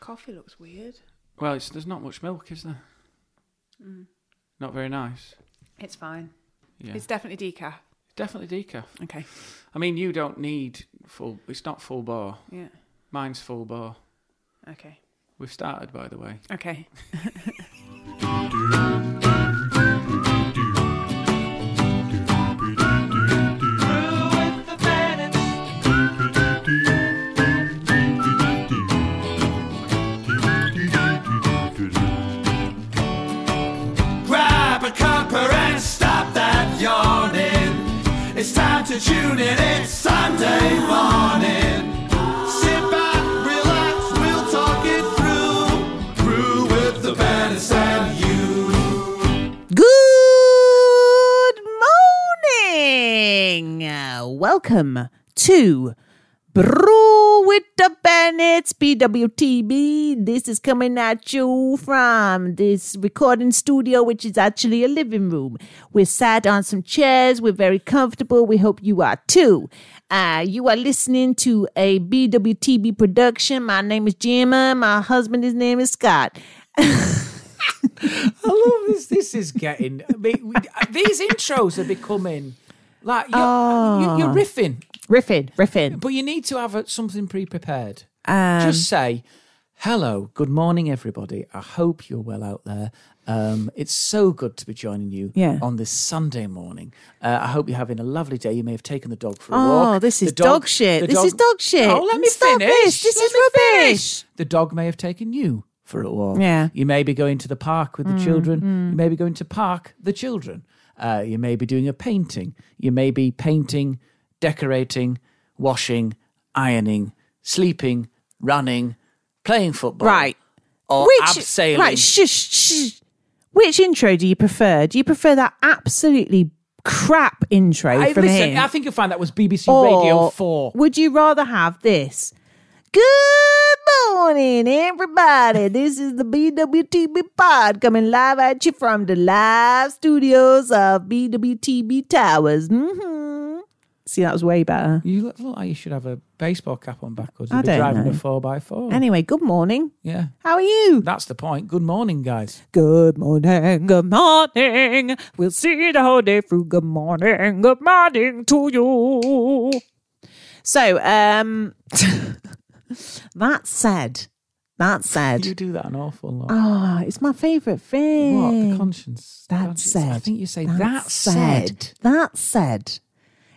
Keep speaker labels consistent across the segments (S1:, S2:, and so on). S1: coffee looks weird.
S2: Well, it's, there's not much milk, is there? Not very nice.
S1: It's fine.
S2: Yeah.
S1: It's definitely decaf.
S2: Definitely decaf.
S1: Okay.
S2: I mean, you don't need full. It's not full bar.
S1: Yeah.
S2: Mine's full bar.
S1: Okay.
S2: We've started, by the way.
S1: Okay.
S3: Grab a cuppa and stop that yawning. It's time to tune in, it's Sunday morning. Sit back, relax, we'll talk it through. Brew with the bandits and you.
S4: Good morning. Uh, Welcome to Brew with the Bennett's BWTB. This is coming at you from this recording studio, which is actually a living room. We're sat on some chairs. We're very comfortable. We hope you are too. Uh, you are listening to a BWTB production. My name is Gemma. My husband, his name is Scott.
S5: I love this. This is getting. I mean, we- uh, these intros are becoming like you're, you-
S4: Ah.
S5: you're riffing,
S4: Riffin, Riffin.
S5: but you need to have uh, something pre prepared.
S4: Um,
S5: Just say, hello, good morning, everybody. I hope you're well out there. Um, it's so good to be joining you
S4: Yeah.
S5: on this Sunday morning. Uh, I hope you're having a lovely day. You may have taken the dog for a
S4: Oh,
S5: walk.
S4: this
S5: The
S4: is dog shit.
S5: the
S4: This is dog shit.
S5: Oh, let me
S4: Stop
S5: finish.
S4: this. This
S5: Let
S4: is
S5: me finish.
S4: rubbish.
S5: The dog may have taken you for a walk.
S4: Yeah.
S5: You may be going to the park with the
S4: Mm,
S5: children. You may be going to park the children. Uh, you may be doing a painting. You may be painting, decorating, washing, ironing, sleeping, running, playing football.
S4: Right.
S5: Or
S4: Which
S5: abseiling.
S4: right, shush, shush. Which intro do you prefer? Do you prefer that absolutely crap intro
S5: I,
S4: from
S5: listen,
S4: him,
S5: I think you'll find that was BBC
S4: or
S5: Radio 4.
S4: would you rather have this? Good morning, everybody. This is the BWTB pod coming live at you from the live studios of BWTB Towers. hmm See, that was way better.
S5: You look, look like you should have a baseball cap on backwards.
S4: I
S5: You'd be
S4: don't
S5: driving
S4: know.
S5: a 4x4.
S4: Anyway, good morning.
S5: yeah.
S4: How are you?
S5: That's the point. Good morning, guys.
S4: Good morning, good morning. We'll see the whole day through. Good morning, good morning to you. So, um, that said, that
S5: You
S4: said,
S5: do that an awful lot.
S4: ah, it's my favorite thing.
S5: What the conscience?
S4: that
S5: conscience.
S4: said,
S5: I think you say
S4: that, said, that said.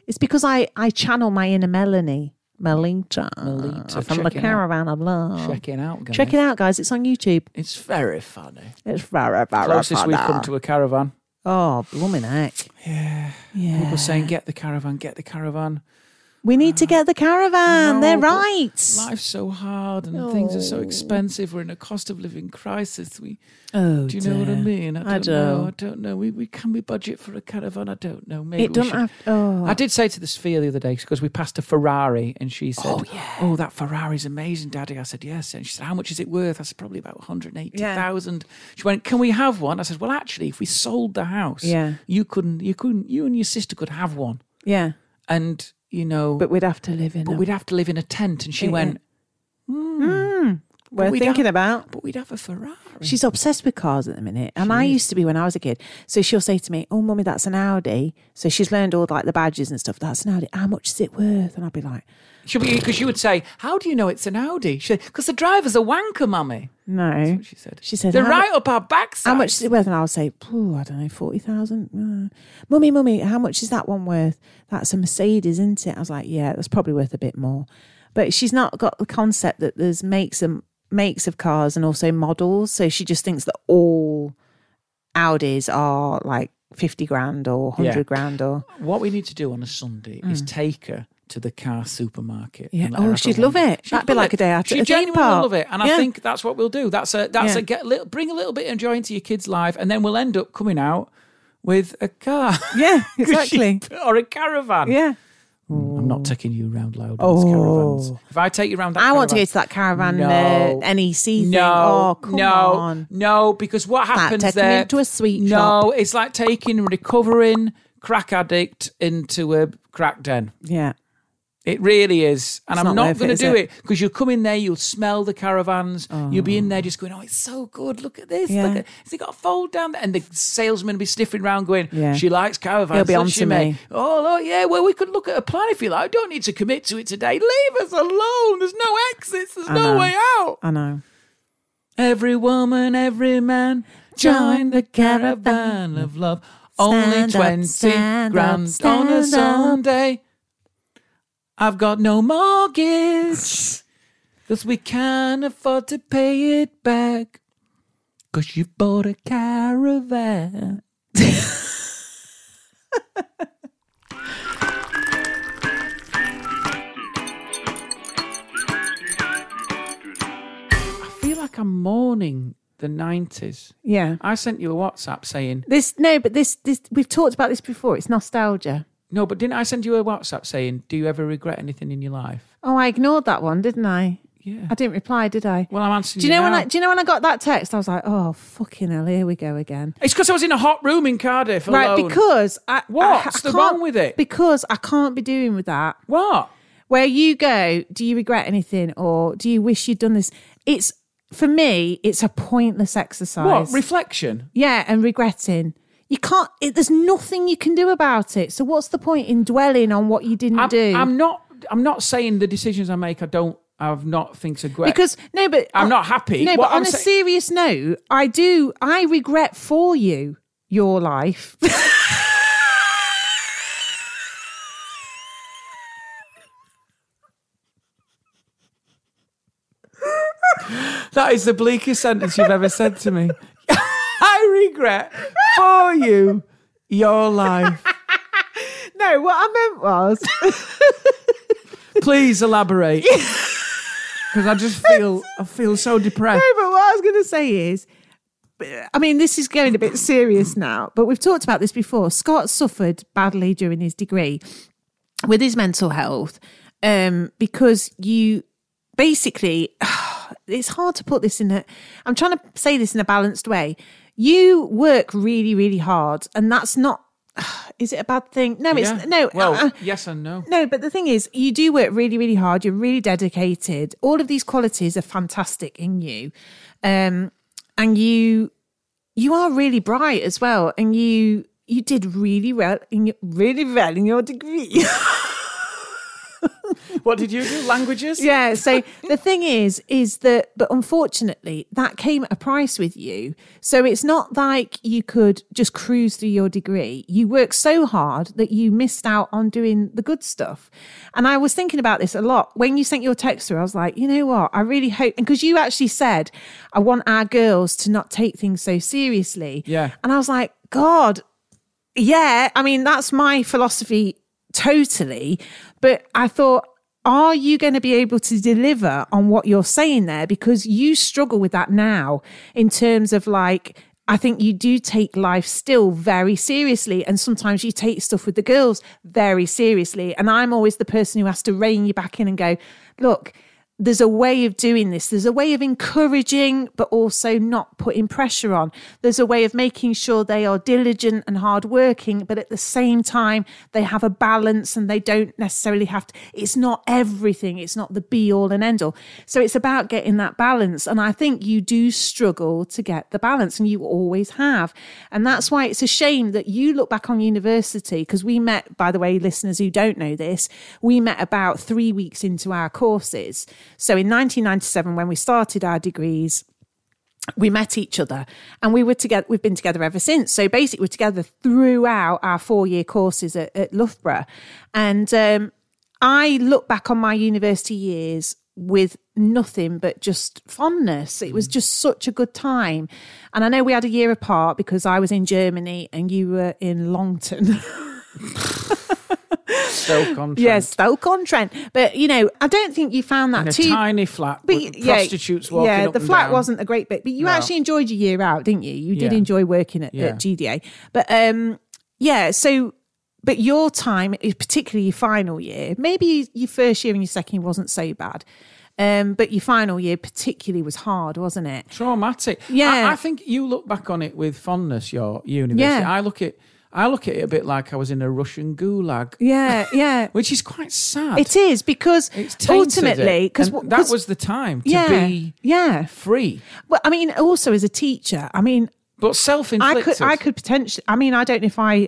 S4: It's because I I channel my inner Melanie, Melita,
S5: Melita,
S4: from the
S5: check it out.
S4: caravan of love.
S5: Check it out, guys.
S4: Check it out, guys. It's on YouTube.
S5: Um, It's very funny.
S4: It's very, very
S5: Closest we've come
S4: funny.
S5: to a caravan.
S4: Oh, blooming heck. Yeah.
S5: People saying, "Get the caravan, get the caravan."
S4: We need to get the caravan.
S5: No,
S4: They're
S5: but
S4: right.
S5: Life's so hard, and things are so expensive. We're in a cost of living crisis. We,
S4: oh,
S5: do you know what I
S4: dear.
S5: mean? I don't,
S4: I
S5: know.
S4: do.
S5: I don't know. We, we can we budget for a caravan? I don't know. Maybe
S4: It
S5: we
S4: doesn't
S5: should-
S4: have. Oh,
S5: I did say to the Sphere the other day because we passed a Ferrari and she said, "Oh yeah, oh that Ferrari's amazing, Daddy." I said, "Yes," and she said, "How much is it worth?" I said, "Probably about one hundred eighty thousand. She went, "Can we have one?" I said, "Well, actually, if we sold the house,
S4: Yeah.
S5: you couldn't, you couldn't, you and your sister could have one,
S4: yeah.
S5: and you know,
S4: But
S5: but,
S4: we'd have to live in. a-
S5: we'd have to live in a tent." And she went, "Hmm."
S4: we're
S5: we'd
S4: thinking
S5: have-
S4: about.
S5: "But we'd have a Ferrari."
S4: She's obsessed with cars at the minute, and I used to be when I was a kid. So she'll say to me, "Oh, mummy, that's an Audi." So she's learned all like the badges and stuff. That's an Audi. How much is it worth? And I'll be like,
S5: She'll be because she would say, "How do you know it's an Audi?" She because the driver's a wanker, mummy.
S4: "No."
S5: She said,
S4: She said,
S5: "They're
S4: "How mu-
S5: right up our backs."
S4: How much is it worth? And I'll say, "Phew, I don't know, 40,000. Mm. Mummy, mummy, how much is that one worth? That's a Mercedes, isn't it? I was like, yeah, that's probably worth a bit more. But she's not got the concept that there's makes and makes of cars and also models. So she just thinks that all Audis are like 50 grand or 100
S5: Yeah.
S4: grand or.
S5: What we need to do on a Sunday is take her to the car supermarket.
S4: Mm. Yeah.
S5: and let her
S4: Oh,
S5: have a
S4: she'd love
S5: wander.
S4: it. That'd be
S5: love
S4: like a day out at
S5: She
S4: a theme
S5: genuinely
S4: park.
S5: would love it, and
S4: Yeah.
S5: I think that's what we'll do. That's a that's
S4: Yeah.
S5: a get little, bring a little bit of joy into your kids' life, and then we'll end up coming out with a car.
S4: 'Cause she-
S5: or a caravan.
S4: Yeah.
S5: I'm not taking you round loud.
S4: Oh.
S5: Oh. caravans. If I take you round that,
S4: I want to go
S5: caravan-
S4: to that caravan
S5: No.
S4: uh, NEC thing.
S5: No,
S4: oh, come
S5: no,
S4: on.
S5: no, because what happens
S4: taking
S5: there?
S4: him to a sweet
S5: no,
S4: shop.
S5: it's like taking recovering crack addict into a crack den.
S4: Yeah. It really is.
S6: It's
S4: And I'm
S6: not
S4: not
S6: worth
S4: going to
S6: it,
S4: do
S6: is
S4: it because you'll come in there, you'll smell the caravans, you'll be in there just going, oh, it's so good. Look at this. Look
S6: Yeah.
S4: at, has it got a fold down there? And the salesman will be sniffing around going,
S6: Yeah.
S4: she likes caravans.
S6: He'll be
S4: doesn't
S6: on
S4: she,
S6: to me.
S4: mate? Oh, oh, yeah. Well, we could look at a plan if you like. Don't need to commit to it today. Leave us alone. There's no exits. There's no
S6: know.
S4: way out.
S6: I know.
S4: Every woman, every man, join the caravan of love. Only
S7: Stand up,
S4: 20
S7: stand up,
S4: grand on a
S7: stand up.
S4: Sunday. I've got no mortgage because we can't afford to pay it back because you bought a caravan.
S5: I feel like I'm mourning the 90s.
S7: Yeah.
S5: I sent you a WhatsApp saying,
S7: This no, but this this we've talked about this before. It's nostalgia.
S5: no, but didn't I send you a WhatsApp saying, do you ever regret anything in your life?
S7: Oh, I ignored that one, didn't I?
S5: Yeah.
S7: I didn't reply, did I?
S5: Well, I'm answering
S7: do you know when
S5: now.
S7: I do you know when I got that text? I was like, oh fucking hell, here we go again.
S5: It's because I was in a hot room in Cardiff alone.
S7: Right, because I
S5: What's
S7: I, I
S5: the wrong
S7: can't-
S5: with it?
S7: Because I can't be doing with that.
S5: What?
S7: Where you go, do you regret anything or do you wish you'd done this? It's for me, it's a pointless exercise.
S5: What? Reflection?
S7: yeah, and regretting. You can't. It, there's nothing you can do about it. So what's the point in dwelling on what you didn't
S5: I'm,
S7: do?
S5: I'm not. I'm not saying the decisions I make. I don't. I've not things regret.
S7: because no, but
S5: I'm not happy.
S7: No,
S5: What
S7: but on
S5: I'm
S7: a
S5: saying-
S7: serious note, I do. I regret for you your life.
S5: that is the bleakest sentence you've ever said to me. I regret for you your life.
S7: no, what I meant was.
S5: Please elaborate. Because I just feel I feel so depressed.
S7: No, but what I was going to say is, I mean, this is going a bit serious now, but we've talked about this before. Scott suffered badly during his degree with his mental health um, because you basically, it's hard to put this in a, I'm trying to say this in a balanced way. You work really, really hard, and that's not, is it a bad thing? No, it's,
S5: Yeah.
S7: no.
S5: Well,
S7: uh,
S5: yes and no.
S7: no, but the thing is, you do work really, really hard. You're really dedicated. All of these qualities are fantastic in you, um, and you you are really bright as well. And you you did really well in your, really well in your degree.
S5: What did you do? Languages?
S7: yeah. So the thing is, is that but unfortunately, that came at a price with you. So it's not like you could just cruise through your degree. You worked so hard that you missed out on doing the good stuff. And I was thinking about this a lot when you sent your text through. I was like, you know what? I really hope and because you actually said, I want our girls to not take things so seriously.
S5: Yeah.
S7: And I was like, God, yeah, I mean, that's my philosophy totally. But I thought, are you going to be able to deliver on what you're saying there? Because you struggle with that now in terms of like, I think you do take life still very seriously. And sometimes you take stuff with the girls very seriously. And I'm always the person who has to rein you back in and go, look, there's a way of doing this. There's a way of encouraging, but also not putting pressure on. There's a way of making sure they are diligent and hardworking, but at the same time, they have a balance and they don't necessarily have to. It's not everything, it's not the be all and end all. So it's about getting that balance. And I think you do struggle to get the balance, and you always have. And that's why it's a shame that you look back on university, because we met, by the way, listeners who don't know this, we met about three weeks into our courses. So in 1997, when we started our degrees, we met each other and we were together we've been together ever since so basically we're together throughout our four year courses at, at loughborough and um, i look back on my university years with nothing but just fondness it
S5: Mm.
S7: was just such a good time and i know we had a year apart because i was in germany and you were in longton
S5: So contrary.
S7: yes stoke-on-trent but you know i don't think you found that
S5: In a
S7: too
S5: tiny flat
S7: but
S5: with
S7: y- yeah,
S5: prostitutes walking
S7: yeah
S5: up
S7: the
S5: and
S7: flat
S5: down.
S7: wasn't a great bit but you actually enjoyed your year out didn't you you did
S5: Yeah.
S7: enjoy working at,
S5: Yeah.
S7: at gda but um yeah so but your time eh, particularly your final year maybe your first year and your second year wasn't so bad um but your final year particularly was hard wasn't it
S5: traumatic.
S7: Yeah.
S5: I, I think you look back on it with fondness. Your university.
S7: Yeah.
S5: I look at. I look at it a bit like I was in a Russian gulag,
S2: Yeah, yeah.
S5: which is quite sad.
S7: It is because
S5: It's tainted it.
S7: ultimately, because
S5: And that was the time to
S7: yeah,
S5: be
S7: yeah.
S5: free,
S7: Well, I mean, also as a teacher, I mean,
S5: but self-inflicted.
S7: I could, I could potentially. I mean, I don't know if I.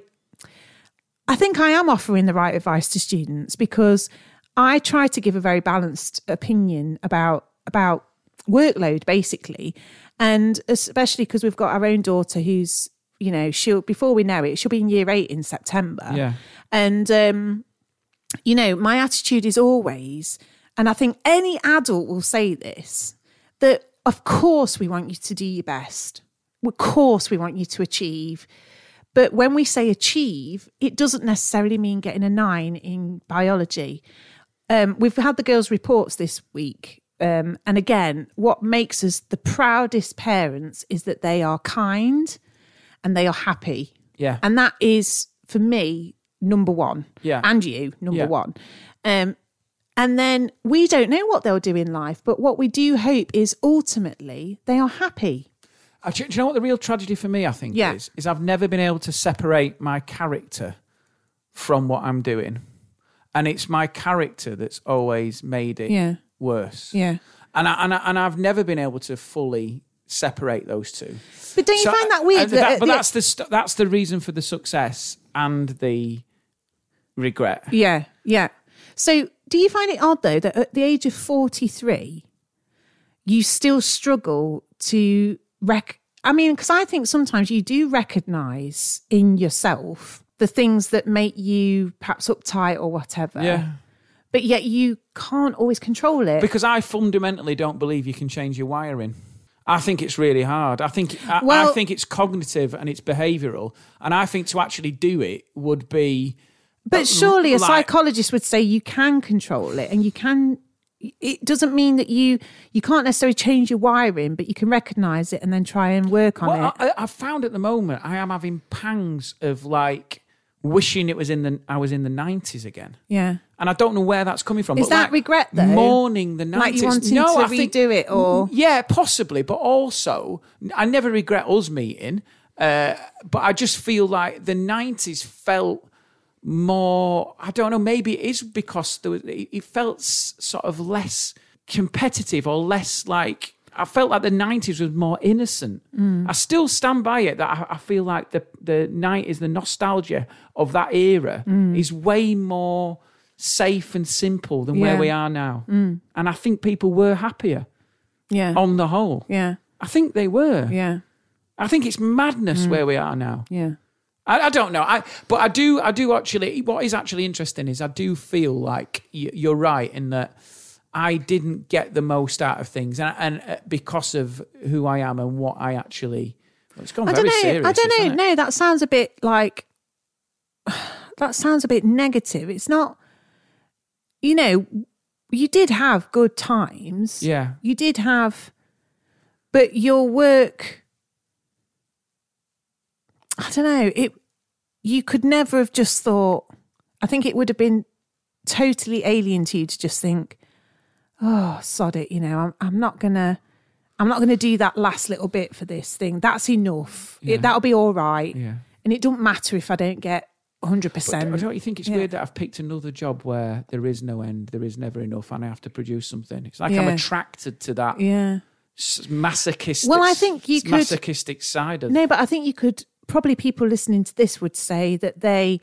S7: I think I am offering the right advice to students because I try to give a very balanced opinion about about workload, basically, and especially because we've got our own daughter who's you know she'll before we know it she'll be in year eight in September,
S5: Yeah.
S7: and um, you know my attitude is always, and I think any adult will say this that of course we want you to do your best. Of course we want you to achieve. But when we say achieve, it doesn't necessarily mean getting a nine in biology. Um, we've had the girls' reports this week. Um, and again, what makes us the proudest parents is that they are kind and they are happy.
S5: Yeah.
S7: And that is, for me, number one.
S5: Yeah.
S7: And you, number
S5: Yeah.
S7: one. Um, and then we don't know what they'll do in life, but what we do hope is ultimately they are happy.
S5: Uh, Do you do you know what the real tragedy for me, I think,
S7: Yeah.
S5: is? Is I've never been able to separate my character from what I'm doing. And it's my character that's always made it
S2: Yeah.
S5: worse.
S2: Yeah.
S5: And, I, and, I, and I've never been able to fully separate those two.
S7: But don't
S5: So,
S7: you find
S5: uh,
S7: that weird?
S5: uh,
S7: that,
S5: that- but
S7: that-
S5: that's, the st- that's the reason for the success and the regret.
S2: Yeah.
S7: yeah. So do you find it odd though that at the age of forty three, you still struggle to rec? I mean, because I think sometimes you do recognise in yourself the things that make you perhaps uptight or whatever.
S5: Yeah.
S7: But yet you can't always control it.
S5: Because I fundamentally don't believe you can change your wiring. I think it's really hard. I think I, I
S7: Well-
S5: think it's cognitive and it's behavioural, and I think to actually do it would be
S7: But surely a
S5: like-
S7: psychologist would say you can control it and you can it doesn't mean that you you can't necessarily change your wiring, but you can recognize it and then try and work on
S5: Well,
S7: it.
S5: I, I found at the moment I am having pangs of like wishing it was in the I was in the nineties again,
S2: Yeah.
S5: and I don't know where that's coming from.
S7: Is
S5: but,
S7: that
S5: like,
S7: regret, though?
S5: Mourning the
S7: Like
S5: nineties,
S7: you wanting
S5: no,
S7: to
S5: I think- Mm-hmm.
S7: redo it or-
S5: yeah, possibly, but also I never regret us meeting, uh, but I just feel like the nineties felt more i don't know maybe it is because there was, it it felt s- sort of less competitive or less like i felt like the 90s was more innocent i still stand by it that i, I feel like the the night is the nostalgia of that era is way more safe and simple than where
S2: Yeah.
S5: we are now and i think people were happier
S2: Yeah.
S5: on the whole
S2: Yeah.
S5: i think they were
S2: Yeah.
S5: i think it's madness
S7: Mm.
S5: where we are now
S2: Yeah.
S5: I, I don't know. I but I do. I do actually. What is actually interesting is I do feel like y- you're right in that I didn't get the most out of things, and, and uh, because of who I am and what I actually. Well, it's gone
S7: I
S5: very
S7: don't know.
S5: serious.
S7: I don't know.
S5: isn't it?
S7: No, that sounds a bit like that sounds a bit negative. It's not you know, you did have good times.
S5: Yeah.
S7: You did have but your work I don't know, it you could never have just thought I think it would have been totally alien to you to just think, oh, sod it, you know, I'm, I'm not gonna, I'm not gonna do that last little bit for this thing. That's enough. It, that'll be all right.
S5: Yeah.
S7: And it don't matter if I don't get
S5: But
S7: 100.
S5: uh,
S7: percent
S5: don't you think it's weird that I've picked another job where there is no end, there is never enough, and I have to produce something? It's like I'm
S2: Yeah.
S5: attracted to that
S2: Yeah.
S5: s- masochistic.
S7: Well, I think you
S5: s-
S7: could-
S5: masochistic side of
S7: No, but I think you could probably people listening to this would say that they,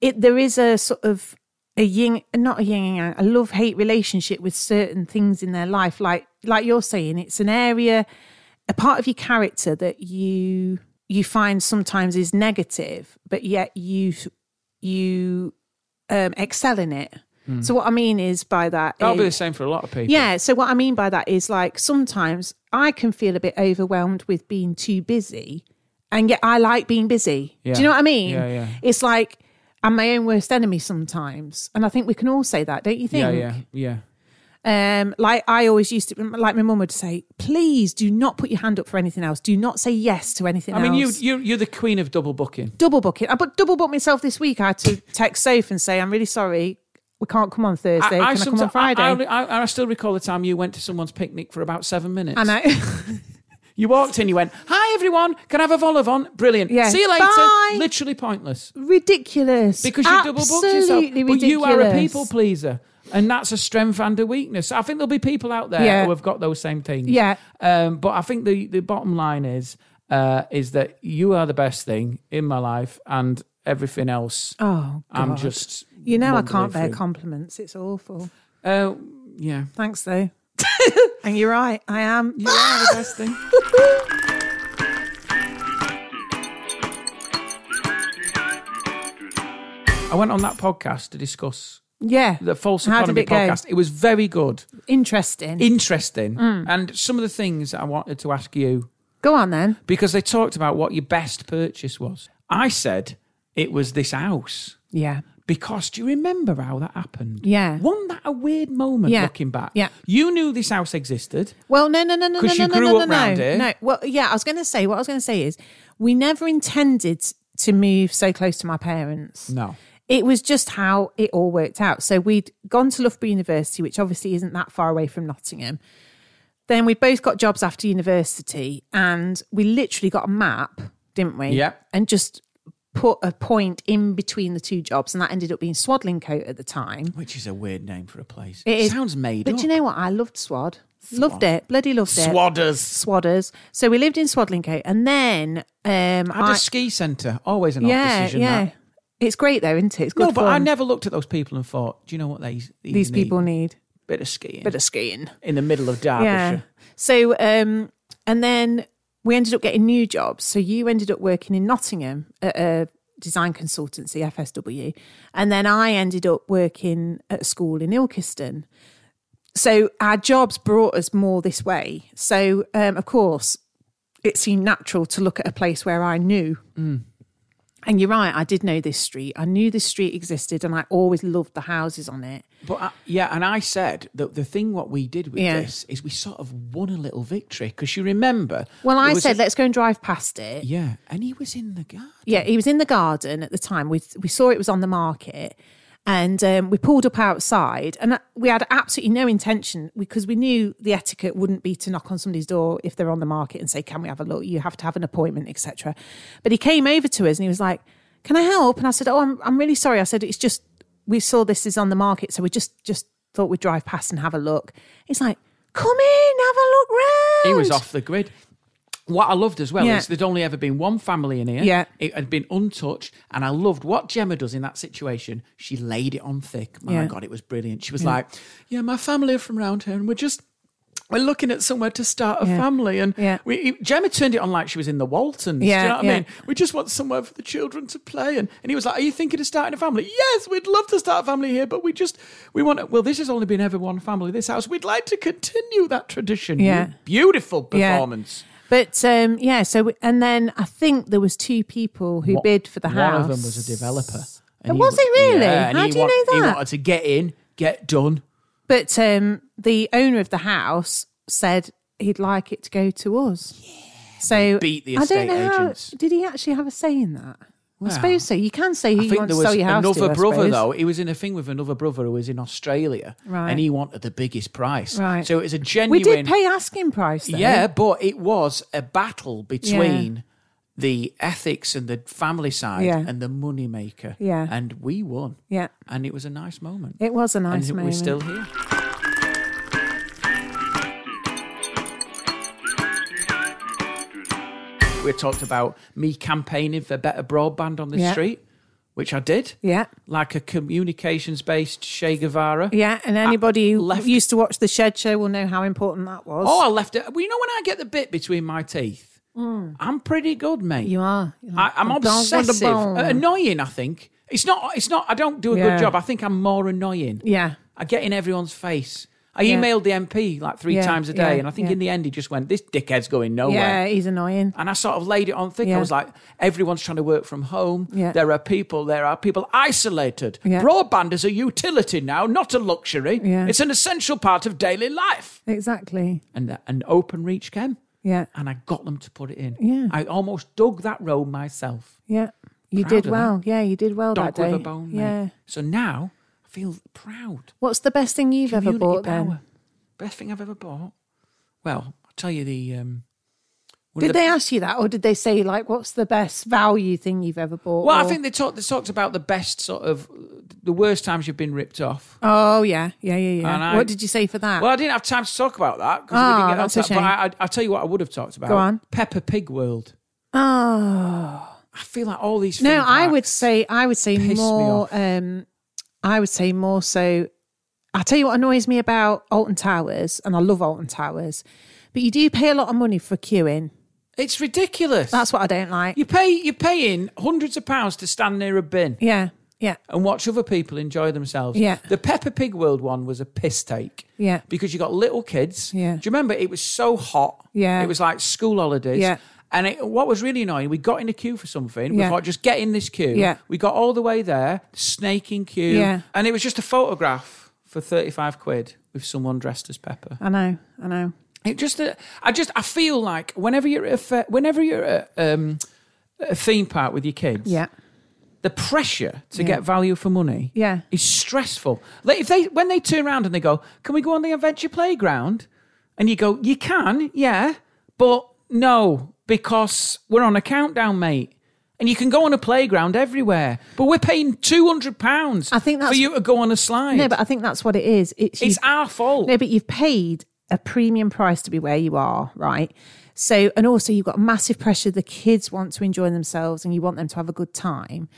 S7: it there is a sort of a yin, not a yin and yang, a love hate relationship with certain things in their life. Like like you're saying, it's an area, a part of your character that you you find sometimes is negative, but yet you you um, excel in it. So what I mean is by that
S5: Hmm. That'll be
S7: is-
S5: the same for a lot of people.
S7: yeah. So what I mean by that is like sometimes I can feel a bit overwhelmed with being too busy, and yet I like being busy. Do you know what I mean?
S5: Yeah, yeah.
S7: It's like I'm my own worst enemy sometimes, and I think we can all say that, don't you think?
S5: yeah, yeah, yeah.
S7: Um, like I always used to, like my mum would say, please do not put your hand up for anything else. Do not say yes to anything
S5: I mean, you,
S7: else.
S5: you, you're the queen of double booking.
S7: double book it. I but double booked myself this week. I had to text Soph and say, I'm really sorry, we can't come on Thursday. can I come on
S5: someti-
S7: Friday?
S5: I, I, I still recall the time you went to someone's picnic for about seven minutes.
S7: I know.
S5: You walked in, you went, Hi everyone, can I have a vol au vent? Brilliant.
S7: Yeah.
S5: See you later.
S7: Bye.
S5: Literally pointless.
S7: Ridiculous.
S5: Because you double booked yourself.
S7: Absolutely
S5: But you are a
S7: ridiculous.
S5: people pleaser. And that's a strength and a weakness. I think there'll be people out there
S7: Yeah.
S5: who have got those same things.
S7: Yeah.
S5: Um, but I think the, the bottom line is uh, is that you are the best thing in my life and everything else
S7: Oh,
S5: I'm
S7: God.
S5: just
S7: You know, I
S5: mumbling
S7: can't bear
S5: through.
S7: compliments. It's awful.
S5: Uh, yeah.
S7: Thanks, though. and you're right. I am.
S5: You are the best thing. I went on that podcast to discuss
S7: Yeah.
S5: the false
S7: How did
S5: economy
S7: it go?
S5: podcast. It was very good,
S7: Interesting.
S5: interesting,
S7: Mm.
S5: and some of the things I wanted to ask you
S7: Go on then.
S5: because they talked about what your best purchase was. I said it was this house
S7: Yeah.
S5: because do you remember how that happened?
S7: Yeah.
S5: wasn't that a weird moment
S7: Yeah.
S5: looking back?
S7: Yeah.
S5: you knew this house existed.
S7: Well, no, no, no, no, no,
S5: 'Cause
S7: no,
S5: you
S7: no,
S5: grew
S7: no,
S5: up
S7: no,
S5: round here.
S7: no. Well, yeah, I was going to say what I was going to say is we never intended to move so close to my parents.
S5: No,
S7: It was just how it all worked out. So we'd gone to Loughborough University, which obviously isn't that far away from Nottingham. Then we both got jobs after university, and we literally got a map, didn't we?
S5: Yep.
S7: And just put a point in between the two jobs, and that ended up being Swaddling Coat at the time.
S5: which is a weird name for a place.
S7: It is-
S5: sounds made
S7: But
S5: up.
S7: you know what? I loved Swad. Loved it. Bloody loved it.
S5: Swadders.
S7: Swadders. So we lived in Swaddling Coat, and then um,
S5: At
S7: I,
S5: a ski centre, always an odd
S7: yeah,
S5: decision.
S7: yeah,
S5: that.
S7: it's great though, isn't it? It's good
S5: No, but I
S7: fun.
S5: never looked at those people and thought, do you know what they
S7: These people need
S5: bit of skiing
S7: bit of skiing.
S5: in the middle of
S7: Yeah.
S5: Derbyshire.
S7: So um, and then we ended up getting new jobs. So you ended up working in Nottingham at a design consultancy, FSW, and then I ended up working at a school in Ilkeston. So our jobs brought us more this way. So um, of course, it seemed natural to look at a place where I knew.
S5: Mm.
S7: And you're right, I did know this street. I knew this street existed and I always loved the houses on it.
S5: But I, yeah, and I said that the thing what we did with
S7: Yeah.
S5: this is we sort of won a little victory because you remember.
S7: Well,
S5: there
S7: I
S5: was
S7: said,
S5: a-
S7: let's go and drive past it.
S5: yeah, and he was in the garden.
S7: Yeah, he was in the garden at the time. We we saw it was on the market, and um, we pulled up outside, and uh, we had absolutely no intention because we knew the etiquette wouldn't be to knock on somebody's door if they're on the market and say, "Can we have a look? You have to have an appointment, etc." But he came over to us and he was like, "Can I help?" And I said, "Oh, I'm I'm really sorry." I said, "It's just we saw this is on the market, so we just just thought we'd drive past and have a look." He's like, "Come in, have a look
S5: He
S7: round."
S5: was off the grid. What I loved as well
S7: Yeah.
S5: is there'd only ever been one family in here.
S7: Yeah.
S5: It had been untouched. And I loved what Gemma does in that situation. She laid it on thick. My
S7: Yeah.
S5: God, it was brilliant. She was like, Yeah, my family are from round here and we're just. We're looking at somewhere to start a
S7: Yeah.
S5: family, and
S7: Yeah.
S5: we, Gemma turned it on like she was in the Waltons. do
S7: Yeah,
S5: you know what
S7: yeah.
S5: I mean? We just want somewhere for the children to play, and, and he was like, "Are you thinking of starting a family? Yes, we'd love to start a family here, but we just we want. To, well, this has only been ever one family. This house, we'd like to continue that tradition. You
S7: Yeah.
S5: beautiful
S7: Yeah.
S5: performance.
S7: But um, yeah, so we- and then I think there was two people who
S5: What-
S7: bid for the house.
S5: One of them was a developer.
S7: Oh, was
S5: wa-
S7: it really?
S5: Yeah, and
S7: How
S5: he
S7: do you
S5: want-
S7: know
S5: He
S7: that?
S5: wanted to get in, get done.
S7: But um, the owner of the house said he'd like it to go to us. So
S5: beat the
S7: I don't
S5: estate
S7: know how-
S5: agents.
S7: did he actually have a say in that?
S5: Well,
S7: I suppose so. You can say who
S5: I
S7: you
S5: think
S7: want
S5: there
S7: to
S5: was
S7: sell your house to.
S5: another
S7: I
S5: brother
S7: suppose.
S5: though. He was in a thing with another brother who was in Australia,
S7: Right.
S5: and he wanted the biggest price.
S7: Right.
S5: So it was a genuine.
S7: We did pay asking price. Though.
S5: Yeah, but it was a battle between the ethics and the family side
S7: Yeah.
S5: and the money maker.
S7: Yeah.
S5: And we won.
S7: yeah,
S5: And it was a nice moment.
S7: it was a nice
S5: and
S7: moment.
S5: we're still here. We talked about me campaigning for better broadband on the
S7: Yeah.
S5: street, which I did.
S7: yeah.
S5: Like a communications based Che Guevara.
S7: Yeah, and anybody who
S5: left-
S7: used to watch the Shed Show will know how important that was.
S5: Oh, I left it. Well, you know when I get the bit between my teeth, I'm pretty good, mate.
S7: Mm. you are.
S5: I, I'm
S7: Don't want a
S5: obsessive,
S7: bone.
S5: Uh, annoying. I think it's not. It's not. I don't do a
S7: Yeah.
S5: good job. I think I'm more annoying.
S7: Yeah,
S5: I get in everyone's face. I
S7: Yeah.
S5: emailed the MP like three
S7: Yeah,
S5: times a day,
S7: yeah,
S5: and I think
S7: yeah.
S5: in the end he just went, "This dickhead's going nowhere."
S7: yeah, he's annoying.
S5: And I sort of laid it on thick.
S7: Yeah.
S5: I was like, everyone's trying to work from home.
S7: Yeah.
S5: There are people, there are people isolated.
S7: Yeah.
S5: Broadband is a utility now, not a luxury.
S7: Yeah.
S5: It's an essential part of daily life.
S7: Exactly.
S5: And, and Openreach came,
S7: Yeah.
S5: and I got them to put it in.
S7: Yeah.
S5: I almost dug that road myself.
S7: Yeah. You
S5: Proud
S7: did
S5: of
S7: well. Yeah, you did well
S5: Dog
S7: that day.
S5: with a bone. mate.
S7: yeah.
S5: So now I feel proud.
S7: What's the best thing you've ever
S5: Community
S7: bought
S5: power.
S7: then?
S5: Best thing I've ever bought. Well, I'll tell you the um, One of
S7: Did
S5: the-
S7: they ask you that, or did they say like, "What's the best value thing you've ever bought?"
S5: Well,
S7: or-
S5: I think they talked. They talked about the best sort of the worst times you've been ripped off.
S7: Oh yeah, yeah, yeah, yeah.
S5: And I-
S7: what did you say for that?
S5: Well, I didn't have time to talk about that because
S7: Ah,
S5: we didn't get
S7: that's
S5: onto
S7: a
S5: that. But I, I, I'll tell you what, I would have talked about.
S7: Go on.
S5: Pepper Pig World.
S7: oh
S5: I feel like all these.
S7: no,
S5: theme
S7: I would
S5: parks-
S7: say, I would say
S5: piss me
S7: more.
S5: off.
S7: Um, I would say more so. I tell you what annoys me about Alton Towers, and I love Alton Towers, but you do pay a lot of money for queuing.
S5: it's ridiculous.
S7: That's what I don't like.
S5: you pay. You're paying hundreds of pounds to stand near a bin
S7: Yeah, yeah,
S5: and watch other people enjoy themselves.
S7: Yeah.
S5: The Pepper Pig World one was a piss take.
S7: Yeah.
S5: Because you got little kids.
S7: Yeah.
S5: Do you remember it was so hot?
S7: Yeah.
S5: It was like school holidays.
S7: Yeah.
S5: And it, what was really annoying, we got in a queue for something.
S7: Yeah.
S5: We thought, just get in this queue.
S7: Yeah.
S5: We got all the way there, snaking queue.
S7: Yeah.
S5: And it was just a photograph for 35 quid with someone dressed as Pepper.
S7: I know, I know.
S5: It just, uh, I just, I feel like whenever you're at a, fe- whenever you're at um, a theme park with your kids,
S7: Yeah,
S5: the pressure to get value for money
S7: Yeah.
S5: is stressful. Like if they when they turn around and they go, "Can we go on the adventure playground?" and you go, "You can, yeah, but no, because we're on a countdown, mate." And you can go on a playground everywhere, but we're paying two hundred pounds.
S7: I think
S5: for
S7: that's-
S5: you to go on a slide.
S7: no, but I think that's what it is. It's,
S5: it's
S7: you-
S5: our fault.
S7: No, but you've paid a premium price to be where you are, right? So, and also you've got massive pressure. The kids want to enjoy themselves and you want them to have a good time.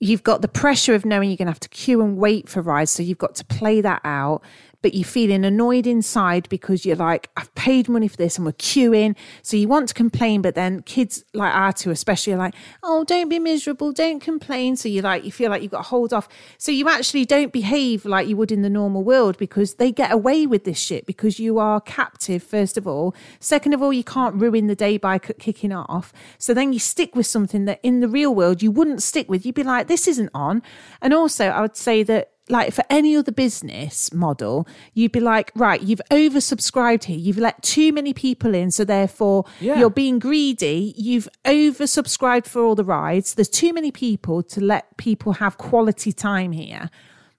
S7: You've got the pressure of knowing you're going to have to queue and wait for rides. So, you've got to play that out, but you're feeling annoyed inside because you're like, I've paid money for this and we're queuing. So, you want to complain, but then kids like our two, especially, are like, oh, don't be miserable, don't complain. So, you're like, you feel like you've got to hold off. So, you actually don't behave like you would in the normal world because they get away with this shit because you are captive, first of all. Second of all, you can't ruin the day by c- kicking off. So then you stick with something that in the real world you wouldn't stick with. You'd be like, this isn't on. And also, I would say that. Like for any other business model, you'd be like, right, you've oversubscribed here. You've let too many people in. So therefore,
S5: Yeah.
S7: you're being greedy. You've oversubscribed for all the rides. There's too many people to let people have quality time here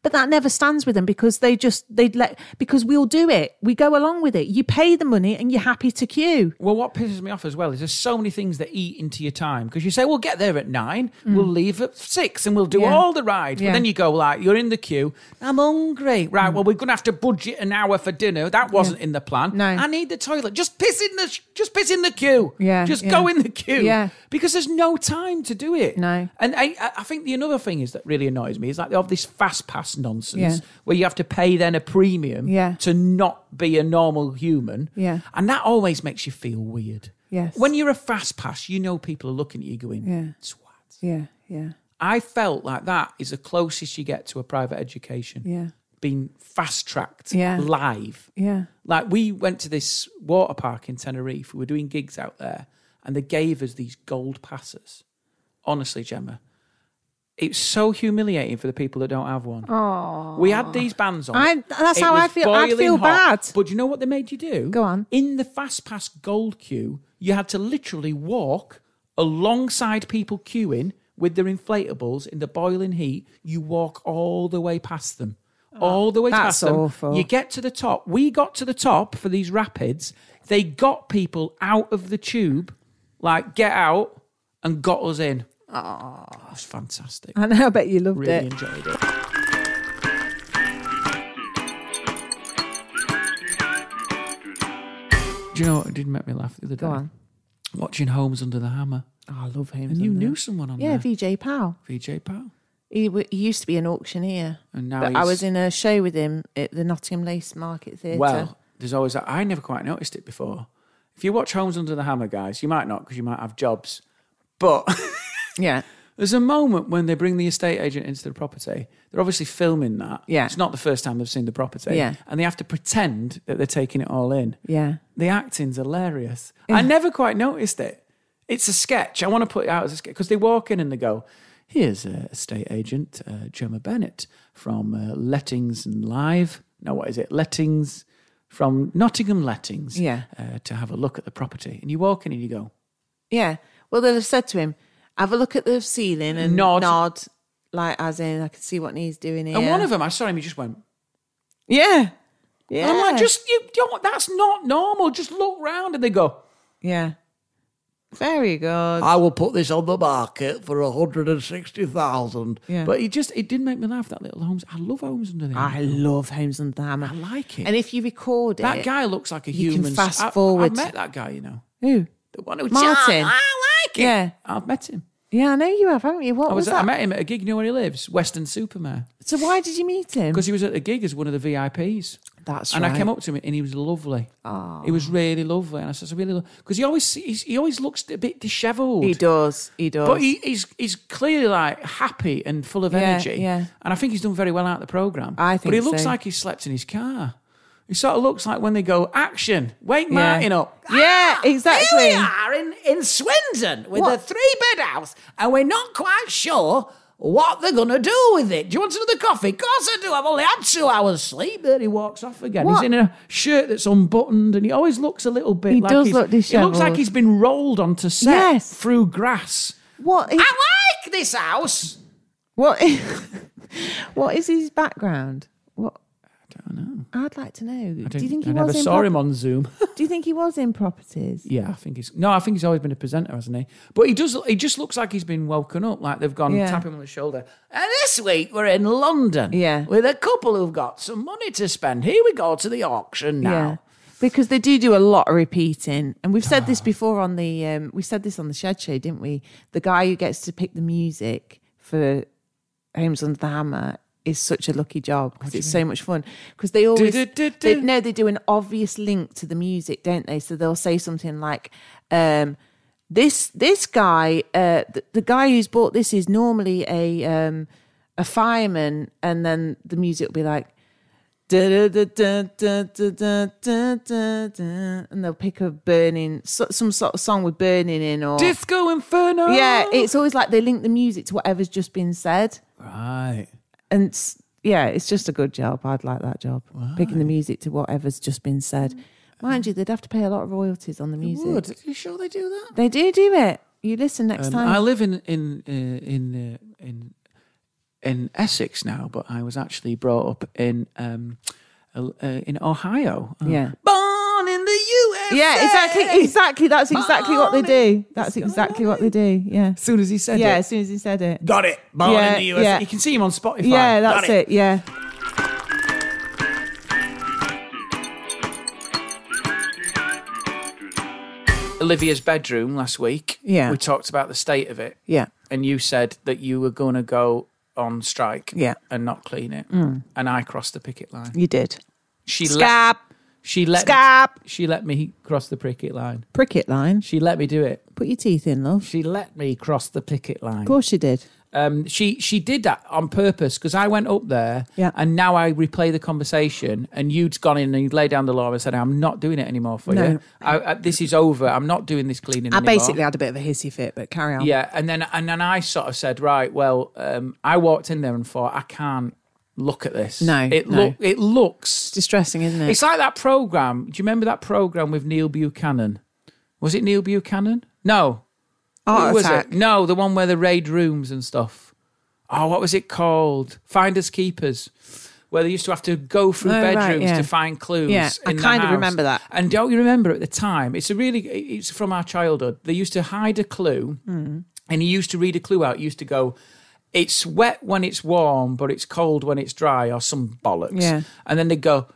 S7: but that never stands with them because they just they'd let because we'll do it we go along with it you pay the money and you're happy to queue
S5: Well, what pisses me off as well is there's so many things that eat into your time because you say we'll get there at nine, we'll leave at six, and we'll do
S7: Mm. Yeah.
S5: all the rides.
S7: Yeah. Mm.
S5: But then you go like you're in the queue. I'm hungry, right? Well, we're gonna have to budget an hour for dinner. That wasn't in the plan.
S7: No.
S5: I need the toilet. Just piss in the just piss in the queue.
S7: Yeah,
S5: just
S7: yeah.
S5: go in the queue.
S7: Yeah.
S5: because there's no time to do it.
S7: No.
S5: and I, I- I think the another thing is that really annoys me is like they have this fast pass nonsense
S7: Yeah.
S5: where you have to pay then a premium
S7: Yeah.
S5: to not be a normal human.
S7: Yeah.
S5: And that always makes you feel weird.
S7: Yes.
S5: When you're a fast pass, you know people are looking at you going,
S7: Yeah.
S5: swat.
S7: yeah yeah
S5: I felt like that is the closest you get to a private education.
S7: Yeah.
S5: Being fast tracked
S7: Yeah.
S5: live.
S7: yeah
S5: Like we went to this water park in Tenerife, we were doing gigs out there, and they gave us these gold passes. Honestly, Gemma. It's so humiliating for the people that don't have one. Oh, we had these bands on.
S7: I- that's how
S5: was
S7: I feel- I'd
S5: boiling
S7: feel
S5: hot.
S7: bad.
S5: But do you know what they made you do?
S7: Go on.
S5: In the fast pass gold queue, you had to literally walk alongside people queuing with their inflatables in the boiling heat. You walk all the way past them. All the way
S7: Oh, that's
S5: past them.
S7: awful.
S5: You get to the top. We got to the top for these rapids. They got people out of the tube, like get out, and got us in. Oh, it was fantastic.
S7: i know i bet you loved
S5: Really
S7: it
S5: enjoyed it. Do you know what did make me laugh the other day?
S7: go on
S5: Watching Holmes Under the Hammer.
S7: i love him
S5: And uh, you knew someone on
S7: yeah
S5: there.
S7: vj powell
S5: VJ Powell.
S7: he, w- he used to be an auctioneer
S5: And now
S7: but i
S5: Oh, he's-
S7: was in a show with him at the nottingham lace market theatre
S5: Well, there's always that. I never quite noticed it before. If you watch Holmes Under the Hammer, guys, you might not because you might have jobs. But
S7: yeah
S5: there's a moment when they bring the estate agent into the property. They're obviously filming that.
S7: Yeah.
S5: It's not the first time they've seen the property.
S7: Yeah.
S5: And they have to pretend that they're taking it all in.
S7: yeah
S5: The acting's hilarious. I never quite noticed it. It's a sketch. I want to put it out as a sketch because they walk in and they go, "Here's a estate agent, uh, Gemma Bennett from uh, Lettings and Live. No, what is it? Lettings from Nottingham Lettings.
S7: Yeah.
S5: uh, to have a look at the property. And you walk in and you go,
S7: yeah well they'll have said to him have a look at the ceiling and nod,
S5: Nod.
S7: like as in i can see what needs doing here
S5: and one of them, I saw him. He just went.
S7: yeah yeah
S5: I'm like, just you don't. That's not normal. Just look round. And they go,
S7: yeah Very good.
S5: I will put this on the market for 160,000.
S7: Yeah.
S5: But it just, it did make me laugh, that little Holmes. I love Holmes under the
S7: I
S5: Hammer.
S7: love Holmes and the Hammer.
S5: I like it.
S7: And if you record it,
S5: that guy looks like a
S7: you can
S5: human.
S7: fast
S5: I-
S7: forward.
S5: I, met that guy, you know.
S7: who?
S5: The one who
S7: Martin.
S5: I like it.
S7: Yeah.
S5: I've met him.
S7: Yeah, I know you have, haven't you? What
S5: I
S7: was,
S5: was, I
S7: that?
S5: met him at a gig. You know where he lives? Western Supermare.
S7: so why did you meet him?
S5: Because he was at a gig as one of the VIPs.
S7: That's
S5: and
S7: right.
S5: I came up to him and he was lovely. He was really lovely. And I said, I really Because he always he's, he always looks a bit dishevelled.
S7: He does. He does.
S5: But he, he's he's clearly like happy and full of energy.
S7: yeah.
S5: And I think he's done very well out of the programme.
S7: I
S5: But
S7: think
S5: he looks
S7: so.
S5: like he slept in his car. He sort of looks like when they go, action, wake
S7: Yeah.
S5: Martin up.
S7: Yeah, exactly.
S5: Here we are in, in Swindon with a
S7: What?
S5: three bed house, and we're not quite sure what they're going to do with it. Do you want another coffee? Of course I do. I've only had two hours sleep. Then he walks off again.
S7: What?
S5: He's in a shirt that's unbuttoned, and he always looks a little bit
S7: He
S5: like
S7: does
S5: he's,
S7: look
S5: He looks like
S7: dishevelled.
S5: he's been rolled onto set
S7: Yes.
S5: through grass.
S7: What is,
S5: I like this house.
S7: what, is, what is his background? What
S5: I don't know.
S7: I'd like to know.
S5: I
S7: Do you think he
S5: I
S7: was
S5: never
S7: in
S5: saw
S7: prop-
S5: him on Zoom.
S7: Do you think he was in properties?
S5: Yeah, I think he's no. I think he's always been a presenter, hasn't he? But he does. He just looks like he's been woken up. Like they've gone
S7: Yeah.
S5: tap him on the shoulder. And this week we're in London.
S7: Yeah.
S5: with a couple who've got some money to spend. Here we go to the auction now.
S7: Because they do do a lot of repeating, and we've said this
S5: Ah.
S7: before on the um, we said this on the Shed Show, didn't we? The guy who gets to pick the music for Holmes under the Hammer is such a lucky job because it's so much fun. Because they always
S5: do, do,
S7: they-
S5: do.
S7: no, they do an obvious link to the music, don't they? So they'll say something like, um, "This this guy, uh, the, the guy who's bought this is normally a um, a fireman," and then the music will be like. Da, da, da, da, da, da, da, da, da. And they'll pick a burning, so- some sort of song with burning in, or
S5: Disco Inferno.
S7: yeah, it's always like they link the music to whatever's just been said,
S5: right.
S7: and it's, yeah, it's just a good job. I'd like that job, picking the music to whatever's just been said. Mind you, they'd have to pay a lot of royalties on the music.
S5: Wood. Are you sure they do that?
S7: They do do it. You listen next
S5: Um,
S7: time.
S5: I live in in uh, in uh, in in Essex now, but I was actually brought up in um, uh, in Ohio. Uh,
S7: Yeah.
S5: born in the USA.
S7: yeah, exactly, exactly. That's exactly what they do. That's exactly what they do. Yeah,
S5: As soon as he said
S7: yeah.
S5: it,
S7: As soon as he said it,
S5: got it. Born
S7: Yeah,
S5: in the USA.
S7: yeah.
S5: You can see him on Spotify.
S7: yeah,
S5: Got
S7: that's it. Yeah.
S5: Olivia's bedroom last week.
S7: Yeah.
S5: we talked about the state of it.
S7: Yeah.
S5: and you said that you were going to go on strike.
S7: Yeah.
S5: and not clean it.
S7: Mm.
S5: And I crossed the picket line.
S7: You did.
S5: She let.
S7: Scab.
S5: She let.
S7: Scab.
S5: She let me cross the picket line.
S7: Pricket line.
S5: She let me do it.
S7: Put your teeth in, love.
S5: She let me cross the picket line.
S7: Of course you did.
S5: Um, she she did that on purpose because I went up there,
S7: Yeah.
S5: and now I replay the conversation, and you'd gone in and you'd laid down the law and said, "I'm not doing it anymore for
S7: No.
S5: you. I, I, this is over. I'm not doing this cleaning."
S7: I
S5: anymore."
S7: basically had a bit of a hissy fit, but carry on.
S5: yeah, and then and then I sort of said, "Right, well, um, I walked in there and thought I can't look at this.
S7: No,
S5: it
S7: no.
S5: look it looks
S7: Distressing, isn't it?
S5: it's like that program. Do you remember that program with Neil Buchanan? Was it Neil Buchanan? No.
S7: Heart
S5: Who was
S7: attack.
S5: it? No, the one where they raid rooms and stuff. Oh, what was it called? Finders Keepers. Where they used to have to go through
S7: Oh, right,
S5: bedrooms
S7: yeah.
S5: to find clues.
S7: Yeah, I
S5: in the
S7: kind of
S5: house.
S7: remember that.
S5: And don't you remember at the time? It's a really. It's from our childhood. They used to hide a clue,
S7: Hmm.
S5: and he used to read a clue out. He used to go, "It's wet when it's warm, but it's cold when it's dry," or some bollocks.
S7: Yeah.
S5: And then they'd go.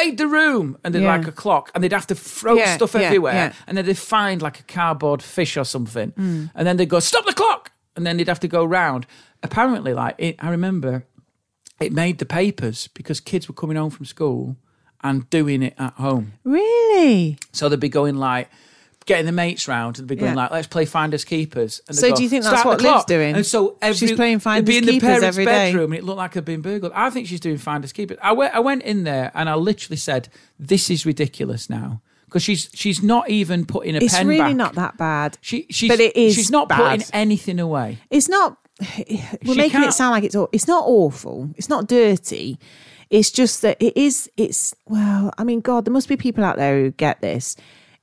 S5: Raid the room, and they'd
S7: Yeah.
S5: like a clock, and they'd have to throw
S7: Yeah,
S5: stuff
S7: yeah,
S5: everywhere,
S7: yeah. Mm.
S5: and then they'd find like a cardboard fish or something, and then they'd go stop the clock, and then they'd have to go round. Apparently, like it, I remember, it made the papers because kids were coming home from school and doing it at home.
S7: really?
S5: So they'd be going like getting the mates round and they'd be going
S7: Yeah.
S5: like, let's play Finders Keepers. And they'd
S7: So
S5: go,
S7: do you think that's
S5: "Start the
S7: what Liv's
S5: clock."
S7: doing?
S5: And so every,
S7: She's playing
S5: it'd
S7: Finders
S5: be in the
S7: Keepers
S5: parents'
S7: every day.
S5: bedroom and it looked like I'd been burgled. I think she's doing Finders Keepers. I went, I went in there and I literally said, this is ridiculous now. Because she's she's not even putting a
S7: It's
S5: pen
S7: really
S5: back.
S7: not that bad.
S5: She, she's,
S7: but it is.
S5: She's not
S7: bad.
S5: putting anything away.
S7: It's not. We're
S5: She
S7: making it
S5: can't-
S7: sound like it's. Aw- it's not awful. It's not dirty. It's just that it is. It's well. I mean, God, there must be people out there who get this.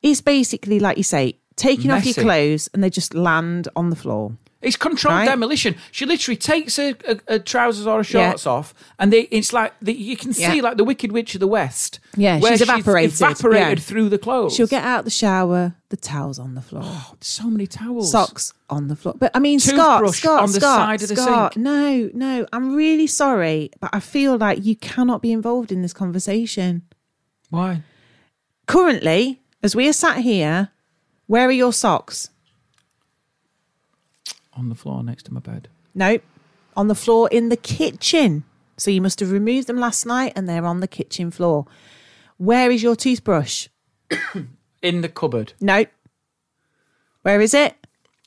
S7: It's basically like you say, taking off
S5: Messy.
S7: your clothes and they just land on the floor.
S5: It's controlled
S7: Right.
S5: demolition. She literally takes her, her, her trousers or her shorts off, and they, it's like the, you can see
S7: Yeah.
S5: like the Wicked Witch of the West.
S7: Yeah, she's evaporated,
S5: evaporated
S7: yeah.
S5: through the clothes. Oh,
S7: She'll get out the shower, the towels on the floor,
S5: so many towels.
S7: socks on the floor. But I mean, Scott,
S5: Toothbrush
S7: Scott,
S5: on the
S7: Scott,
S5: side of the
S7: Scott.
S5: sink.
S7: No, no, I'm really sorry, but I feel like you cannot be involved in this conversation
S5: Why?
S7: currently. As we are sat here, where are your socks?
S5: On the floor next to my bed.
S7: Nope. On the floor in the kitchen. So you must have removed them last night and they're on the kitchen floor. Where is your toothbrush?
S5: In the cupboard.
S7: Nope. Where is it?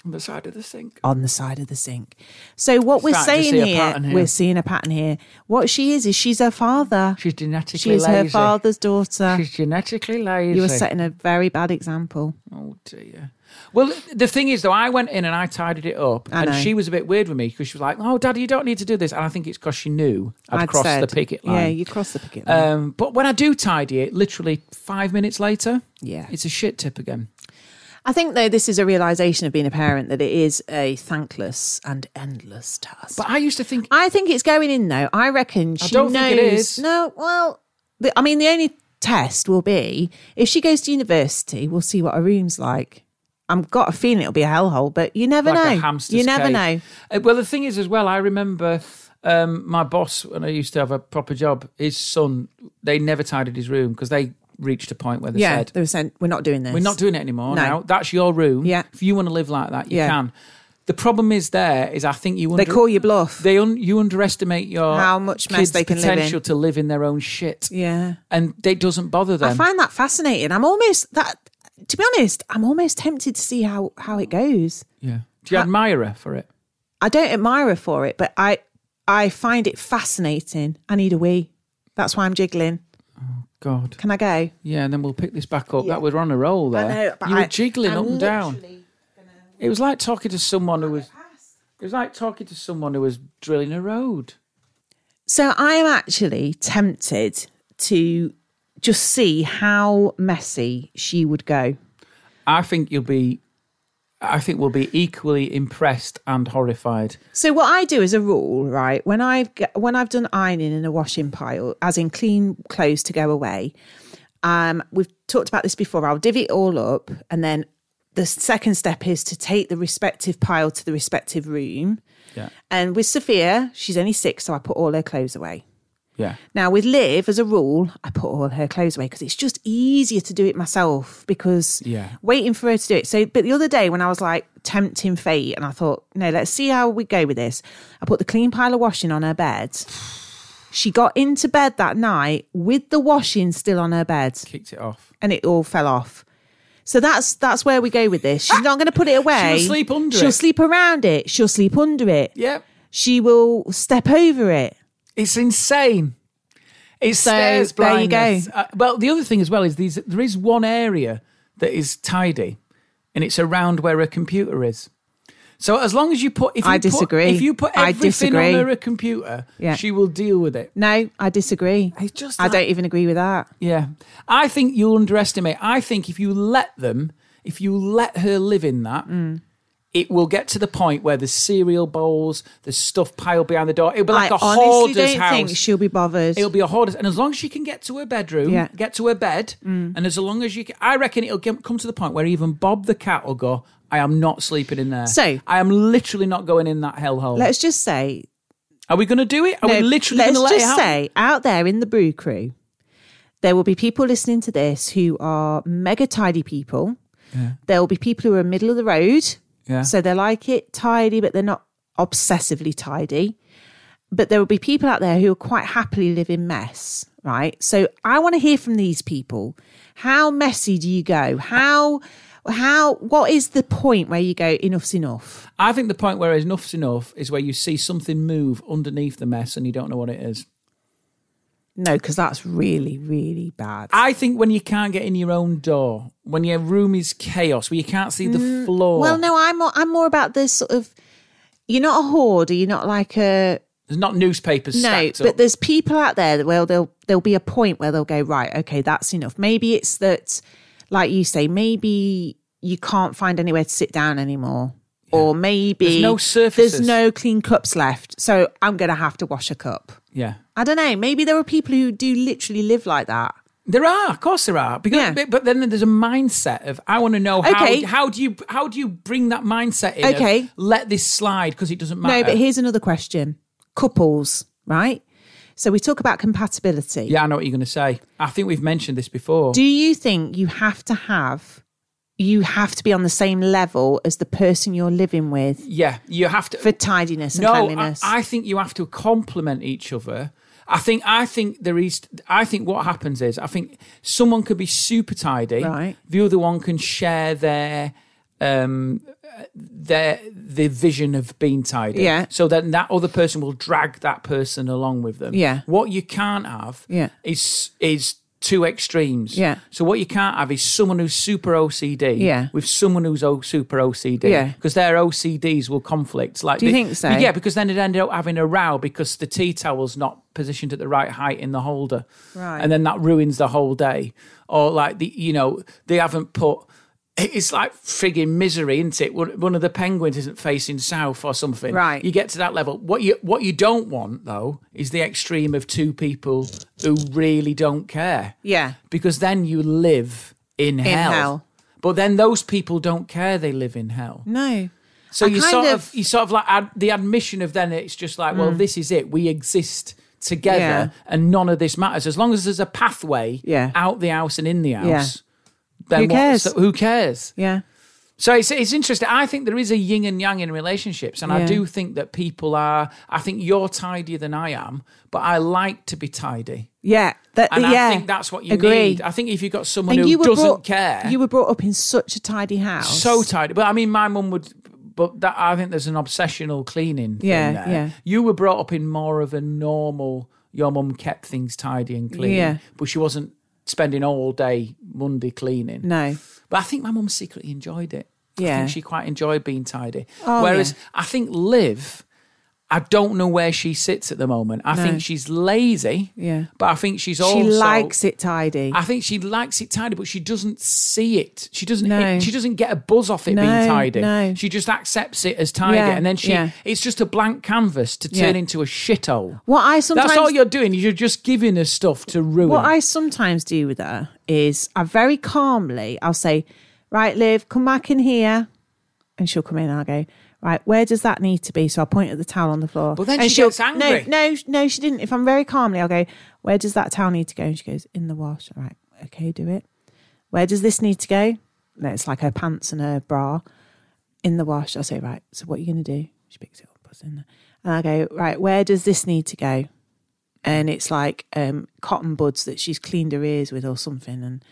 S5: On the side of the sink.
S7: On the side of the sink. So what we're
S5: Starting to
S7: saying
S5: see a
S7: here,
S5: pattern here.
S7: we're seeing a pattern here. What she is is she's her father.
S5: She's genetically
S7: She's
S5: lazy.
S7: her father's daughter.
S5: She's genetically lazy.
S7: you were setting a very bad example.
S5: Oh dear. Well, the thing is, though, I went in and I tidied it up,
S7: I
S5: and
S7: know.
S5: she was a bit weird with me because she was like, "Oh, Daddy, you don't need to do this," and I think it's because she knew I'd,
S7: I'd
S5: crossed the
S7: said-
S5: picket
S7: Yeah,
S5: line.
S7: you crossed the picket line.
S5: um, but when I do tidy it, literally five minutes later,
S7: Yeah.
S5: it's a shit tip again.
S7: I think though this is a realization of being a parent that it is a thankless and endless task.
S5: But I used to think
S7: I think it's going in though. I reckon she
S5: don't
S7: knows.
S5: think it is.
S7: No, well, the, I mean, the only test will be if she goes to university. We'll see what her room's like. I've got a feeling it'll be a hellhole, but you never
S5: like
S7: know.
S5: a hamster's
S7: you never
S5: cage.
S7: know.
S5: Uh, well, the thing is, as well, I remember um, my boss when I used to have a proper job. His son, they never tidied his room because they reached a point where they
S7: Yeah,
S5: said,
S7: they were saying we're not doing this.
S5: We're not doing it anymore
S7: No.
S5: now. That's your room.
S7: Yeah.
S5: If you want to live like that, you
S7: Yeah.
S5: can. The problem is there is I think you
S7: They
S5: under-
S7: call you bluff.
S5: they un- you underestimate your
S7: How much mess
S5: kids'
S7: they can live in.
S5: potential to live in their own shit.
S7: yeah,
S5: And it doesn't bother them.
S7: I find that fascinating. I'm almost that. To be honest, I'm almost tempted to see how how it goes.
S5: yeah. Do you admire her for it?
S7: I don't admire her for it, but I I find it fascinating. I need a wee. That's why I'm jiggling.
S5: God.
S7: Can I go?
S5: Yeah, and then we'll pick this back up. That we're on a roll there.
S7: know, but
S5: you were
S7: I-
S5: jiggling
S7: I'm
S5: up and down. It was like talking to someone who was it was like talking to someone who was drilling a road.
S7: So I'm actually tempted to just see how messy she would go.
S5: I think you'll be I think we'll be equally impressed and horrified.
S7: So what I do as a rule, right, when I've g- when I've done ironing in a washing pile, as in clean clothes to go away, um, we've talked about this before. I'll divvy it all up, and then the second step is to take the respective pile to the respective room.
S5: Yeah.
S7: And with Sophia, she's only six, so I put all her clothes away.
S5: Yeah.
S7: Now, with Liv, as a rule, I put all her clothes away because it's just easier to do it myself because
S5: Yeah.
S7: waiting for her to do it. So, but the other day when I was like tempting fate and I thought, no, let's see how we go with this, I put the clean pile of washing on her bed. She got into bed that night with the washing still on her bed
S5: Kicked it off.
S7: and it all fell off. So that's that's where we go with this. She's not going to put it away.
S5: sleep under
S7: She'll
S5: it.
S7: sleep around it. She'll sleep under it.
S5: Yep.
S7: She will step over it.
S5: It's insane. It's stairs
S7: there you go.
S5: blindness. Uh, well, the other thing as well is these, there is one area that is tidy, and it's around where a computer is. So as long as you put, if you
S7: I
S5: put-
S7: disagree.
S5: if you put
S7: I
S5: everything on
S7: disagree.
S5: her a computer,
S7: Yeah.
S5: she will deal with it.
S7: No, I disagree.
S5: It's just
S7: I
S5: like-
S7: don't even agree with that.
S5: Yeah, I think you'll underestimate. I think if you let them, if you let her live in that,
S7: Mm.
S5: it will get to the point where the cereal bowls, the stuff piled behind the door, it'll be like
S7: I
S5: a
S7: honestly
S5: hoarder's
S7: don't
S5: house.
S7: think she'll be bothered.
S5: It'll be a hoarder's, and as long as she can get to her bedroom,
S7: Yeah. Mm.
S5: get to her bed, and as long as you, can, I reckon it'll get, come to the point where even Bob the cat will go, "I am not sleeping in there.
S7: So-
S5: I am literally not going in that hellhole.
S7: let's just say,
S5: Are we going to do it? Are
S7: no,
S5: we literally going
S7: let's
S5: to let it
S7: just
S5: happen?
S7: say, out there in the brew crew, there will be people listening to this who are mega tidy people. There will be people who are middle of the road,
S5: Yeah.
S7: so they like it tidy, but they're not obsessively tidy. But there will be people out there who will quite happily live in mess, right? So I want to hear from these people. How messy do you go? How, how, what is the point where you go enough's enough?
S5: I think the point where enough's enough is where you see something move underneath the mess and you don't know what it is.
S7: No, because that's really, really bad.
S5: I think when you can't get in your own door, when your room is chaos, where you can't see the floor,
S7: Mm, well, no, I'm more, I'm more about this sort of. You're not a hoarder. You're not like a
S5: there's not newspapers
S7: no,
S5: stacked
S7: but
S5: up.
S7: there's people out there that well, there'll there'll be a point where they'll go right. Okay, that's enough. Maybe it's that, like you say, maybe you can't find anywhere to sit down anymore, or maybe
S5: There's no
S7: there's
S5: surfaces.
S7: no clean cups left, so I'm going to have to wash a cup.
S5: Yeah.
S7: I don't know. Maybe there are people who do literally live like that.
S5: There are, of course, there are. Because,
S7: Yeah.
S5: but, but then there's a mindset of I want to know how,
S7: Okay.
S5: how do you how do you bring that mindset in? of,
S7: Okay.
S5: let this slide because it doesn't matter.
S7: No, but here's another question: couples, right? So we talk about compatibility.
S5: yeah, I know what you're going to say. I think we've mentioned this before.
S7: Do you think you have to have, you have to be on the same level as the person you're living with
S5: yeah, you have to.
S7: for tidiness and
S5: no, I,
S7: cleanliness?
S5: I think you have to complement each other. I think I think there is. I think what happens is I think someone could be super tidy.
S7: Right.
S5: The other one can share their um uh, their the vision of being tidy.
S7: Yeah.
S5: So then that other person will drag that person along with them.
S7: Yeah.
S5: What you can't have.
S7: Yeah.
S5: Is is two extremes.
S7: Yeah.
S5: So what you can't have is someone who's super OCD.
S7: Yeah.
S5: With someone who's o- super OCD.
S7: Yeah.
S5: Because their OCDs will conflict. Like
S7: Do you
S5: they-
S7: think so?
S5: Yeah, because then it ended up having a row because the tea towel's not positioned at the right height in the holder.
S7: Right.
S5: And then that ruins the whole day. Or like the you know, they haven't put it's like frigging misery, isn't it? One one of the penguins isn't facing south or something.
S7: Right.
S5: You get to that level. What you what you don't want though is the extreme of two people who really don't care.
S7: yeah.
S5: Because then you live in, hell.
S7: hell.
S5: But then those people don't care they live in hell.
S7: No.
S5: So
S7: I
S5: you
S7: kind
S5: sort of,
S7: of- Mm.
S5: you sort of like ad, the admission of then it's just like, well, this is it. We exist together,
S7: Yeah.
S5: and none of this matters as long as there's a pathway
S7: Yeah.
S5: out the house and in the house.
S7: Yeah.
S5: Then
S7: Who
S5: what-
S7: cares?
S5: so who cares?
S7: Yeah.
S5: So it's, it's interesting. I think there is a yin and yang in relationships, and I
S7: Yeah.
S5: do think that people are. I think you're tidier than I am, but I like to be tidy,
S7: Yeah. That,
S5: and
S7: yeah.
S5: I think that's what you
S7: Agree.
S5: need. I think if you've got someone
S7: and
S5: who
S7: you were
S5: doesn't
S7: brought,
S5: care,
S7: You were brought up in such a tidy house.
S5: so tidy. But I mean, my mum would. But that I think there's an obsessional cleaning. Thing
S7: Yeah,
S5: there.
S7: yeah.
S5: You were brought up in more of a normal. Your mum kept things tidy and clean.
S7: Yeah.
S5: But she wasn't spending all day Monday cleaning.
S7: No.
S5: But I think my mum secretly enjoyed it. I
S7: Yeah.
S5: think she quite enjoyed being tidy.
S7: Oh,
S5: Whereas I think Liv, I don't know where she sits at the moment. I think she's lazy.
S7: Yeah.
S5: But I think she's
S7: She
S5: also
S7: likes it tidy.
S5: I think she likes it tidy, but she doesn't see it. She doesn't.
S7: No.
S5: It, she doesn't get a buzz off it being
S7: No,
S5: tidy.
S7: no.
S5: She just accepts it as tidy,
S7: Yeah,
S5: and then she.
S7: yeah.
S5: It's just a blank canvas to turn
S7: Yeah.
S5: into a shithole.
S7: what I sometimes
S5: That's all you're doing. You're just giving her stuff to ruin.
S7: What I sometimes do with her is I very calmly I'll say, Right, Liv, come back in here. And she'll come in and I'll go, Right, where does that need to be? So I'll point at the towel on the floor.
S5: But then
S7: and
S5: she
S7: she'll-
S5: gets angry.
S7: No, no, no, she didn't. If I'm very calmly, I'll go, Where does that towel need to go? And she goes, In the wash. All right, okay, do it. Where does this need to go? No, it's like her pants and her bra in the wash. I say, Right, so what are you gonna do? She picks it up, puts it in there. And I go, Right, where does this need to go? and it's like um, cotton buds that she's cleaned her ears with or something and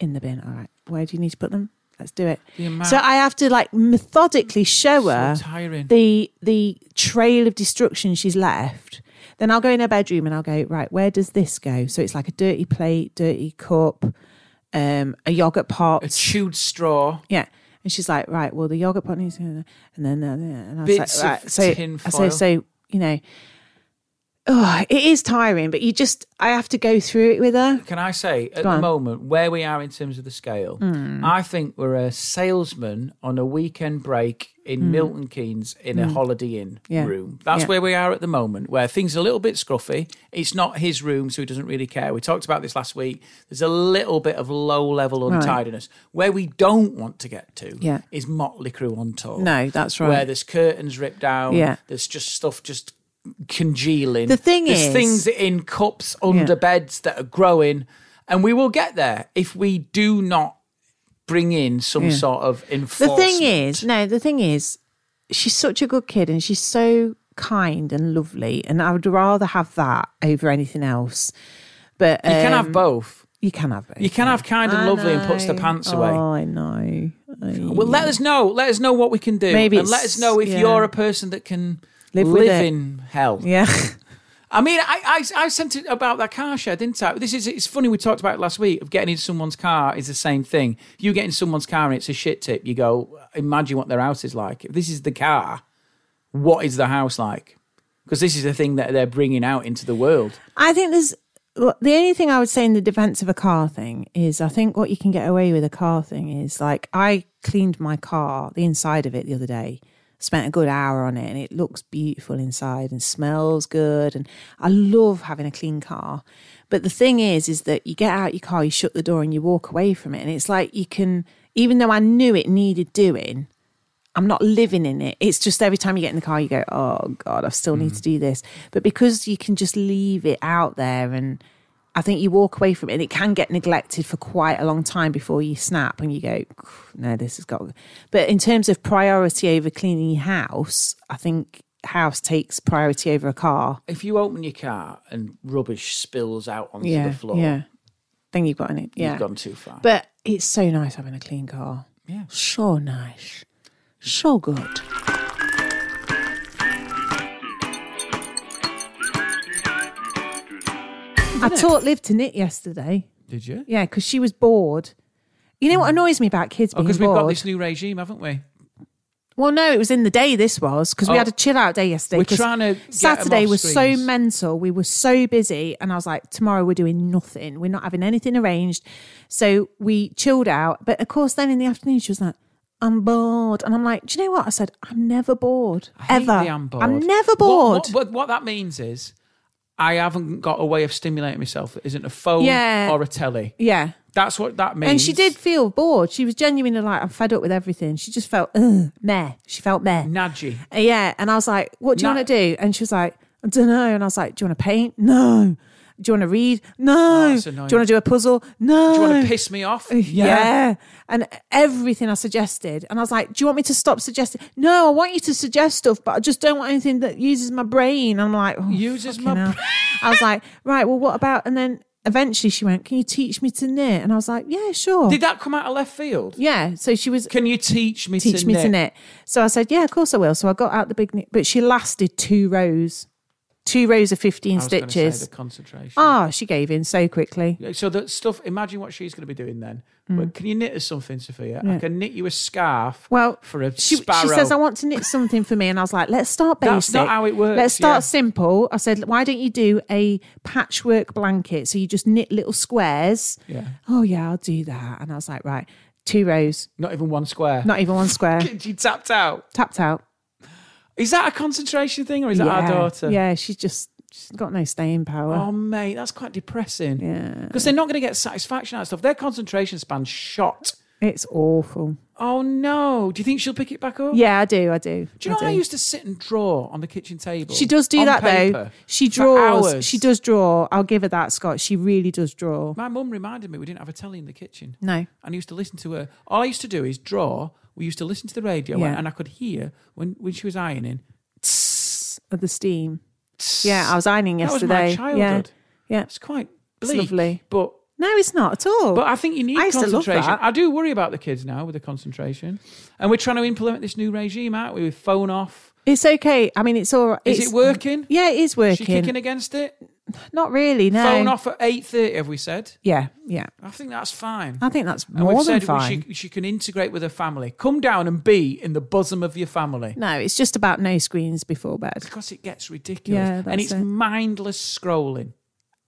S7: in the bin. All right, where do you need to put them? Let's do it.
S5: amount-
S7: So I have to like methodically show her
S5: tiring.
S7: the the trail of destruction she's left. Then I'll go in her bedroom and I'll go right. Where does this go? So it's like a dirty plate, dirty cup, um, a yogurt pot.
S5: a chewed straw.
S7: yeah. And she's like, right, well, the yogurt pot needs, and then uh, and I was
S5: Bits of
S7: like, right, so,
S5: tin
S7: I
S5: foil.
S7: say, so you know, oh, it is tiring, but you just, I have to go through it with her.
S5: Can I say at
S7: Go
S5: the
S7: on. Hmm.
S5: moment where we are in terms of the scale? I think we're a salesman on a weekend break in Milton Keynes in a Holiday Inn
S7: Hmm. Yeah.
S5: room. That's
S7: Yeah.
S5: where we are at the moment, where things are a little bit scruffy. It's not his room, so he doesn't really care. We talked about this last week. There's a little bit of low level untidiness. Where we don't want to get to
S7: Yeah.
S5: is Motley Crue on tour.
S7: No, that's
S5: Where
S7: right.
S5: there's curtains ripped down.
S7: Yeah.
S5: There's just stuff just congealing.
S7: The thing
S5: There's
S7: is-
S5: things in cups under beds that are growing, and we will get there if we do not bring in some sort of
S7: The
S5: enforcement.
S7: thing is, no, the thing is, she's such a good kid and she's so kind and lovely, and I would rather have that over anything else. But um,
S5: you can have both.
S7: you can have it.
S5: You can have kind and lovely and puts the pants away.
S7: Oh, I know. I-
S5: Well, let us know. Let us know what we can do.
S7: Maybe
S5: and let
S7: it's-
S5: us know if
S7: yeah.
S5: you're a person that can live,
S7: Live with it.
S5: in hell.
S7: yeah,
S5: I mean, I, I I sent it about that car share, didn't I? This is it's funny we talked about it last week of getting in someone's car is the same thing. You get in someone's car and it's a shit tip. You go, imagine what their house is like. If this is the car, what is the house like? Because this is the thing that they're bringing out into the world.
S7: I think there's well, the only thing I would say in the defense of a car thing is I think what you can get away with a car thing is like I cleaned my car, the inside of it the other day. spent a good hour on it and it looks beautiful inside and smells good. And I love having a clean car. But the thing is, is that you get out your car, you shut the door and you walk away from it. And it's like you can, even though I knew it needed doing, I'm not living in it. It's just every time you get in the car, you go, oh God, I still need to do this. But because you can just leave it out there and I think you walk away from it and it can get neglected for quite a long time before you snap and you go, no, this has got. But in terms of priority over cleaning your house, I think house takes priority over a car.
S5: If you open your car and rubbish spills out onto
S7: yeah.
S5: the floor,
S7: Yeah. Then you've got an, yeah.
S5: you've gone too far.
S7: But it's so nice having a clean car.
S5: Yeah.
S7: So nice. So good. I taught Liv to knit yesterday.
S2: Did you?
S7: Yeah, because she was bored. You know what annoys me about kids being
S5: because Oh, we've
S7: bored?
S5: got this new regime, haven't we?
S7: Well, no, it was in the day. This was because we
S5: Oh.
S7: had a chill out day yesterday.
S5: We're
S7: 'cause
S5: trying to get 'em
S7: Saturday
S5: off
S7: was so
S5: screens.
S7: mental. We were so busy, and I was like, tomorrow we're doing nothing. We're not having anything arranged. So we chilled out. But of course, then in the afternoon, she was like, "I'm bored," and I'm like, "Do you know what?" I said, "I'm never bored
S5: I hate
S7: ever.
S5: the I'm bored.
S7: never
S5: What-
S7: bored."
S5: What, what, what that means is I haven't got a way of stimulating myself that isn't a phone
S7: Yeah.
S5: or a telly.
S7: yeah.
S5: That's what that means.
S7: And she did feel bored. She was genuinely like, I'm fed up with everything. She just felt, ugh, meh. She felt meh.
S5: Nadji.
S7: Yeah. And I was like, what do you
S5: No.
S7: want to do? And she was like, I don't know. And I was like, do you want to paint? No. Do you want to read? No.
S5: that's
S7: do you
S5: annoying.
S7: want to do a puzzle? No.
S5: Do you want to piss me off?
S7: Yeah. And everything I suggested. And I was like, do you want me to stop suggesting? No, I want you to suggest stuff, but I just don't want anything that uses my brain. I'm like, oh,
S5: Uses
S7: fucking
S5: my
S7: hell. I was like, right, well, what about? And then eventually she went, can you teach me to knit? And I was like, yeah, sure.
S5: Did that come out of left field?
S7: yeah. So she was
S5: Can you teach me
S7: teach
S5: to
S7: me
S5: knit?
S7: to knit. So I said, yeah, of course I will. So I got out the big knit, but she lasted two rows, two rows of 15
S5: I was gonna say
S7: stitches.
S5: the concentration.
S7: Ah, she gave in so quickly.
S5: So that stuff. Imagine what she's going to be doing then. But can you knit us something, Sophia? I can knit you a scarf.
S7: Hmm. Well,
S5: for a
S7: She, she
S5: sparrow.
S7: says, I want to knit something for me. And I was like, let's start basic.
S5: That's not how it works,
S7: Let's start
S5: yeah.
S7: simple. I said, why don't you do a patchwork blanket? So you just knit little squares.
S5: Yeah.
S7: Oh, yeah, I'll do that. And I was like, right, two rows,
S5: Not even one square.
S7: not even one square.
S5: She tapped out.
S7: Tapped out.
S5: Is that a concentration thing or is that
S7: yeah.
S5: our daughter?
S7: Yeah, she's just, she's got no staying power.
S5: Oh mate, that's quite depressing. Yeah. Because they're not going to get satisfaction out of stuff. Their concentration span's shot.
S7: It's awful.
S5: Oh no. Do you think she'll pick it back up?
S7: Yeah, I do. I do.
S5: Do you know
S7: I
S5: I used to sit and draw on the kitchen table?
S7: She does do
S5: on
S7: that though.
S5: paper
S7: She
S5: for
S7: draws.
S5: hours?
S7: She does draw. I'll give her that, Scott. She really does draw.
S5: My mum reminded me we didn't have a telly in the kitchen.
S7: No.
S5: And I used to listen to her. All I used to do is draw. We used to listen to the radio
S7: Yeah.
S5: and I could hear when, when she was ironing.
S7: Of the steam. Yeah, I was ironing
S5: That was
S7: yesterday.
S5: my childhood.
S7: Yeah. yeah.
S5: It's quite
S7: It's
S5: bleak.
S7: lovely.
S5: But
S7: No, it's not at all.
S5: But I think you need
S7: I used to love
S5: concentration.
S7: that.
S5: I do worry about the kids now with the concentration. And we're trying to implement this new regime, aren't we? With phone off.
S7: it's okay. I mean, it's all right.
S5: Is
S7: it's,
S5: it working?
S7: Yeah, it is
S5: Is she kicking
S7: working.
S5: against it?
S7: Not really. No.
S5: Phone off at 8.30, have we said?
S7: Yeah, yeah.
S5: I think that's fine.
S7: I think that's
S5: and
S7: more
S5: we've
S7: than
S5: said we-
S7: fine.
S5: She, she can integrate with her family. Come down and be in the bosom of your family.
S7: No, it's just about no screens before bed.
S5: Because it gets ridiculous.
S7: Yeah,
S5: and
S7: that's
S5: it's
S7: it.
S5: mindless scrolling.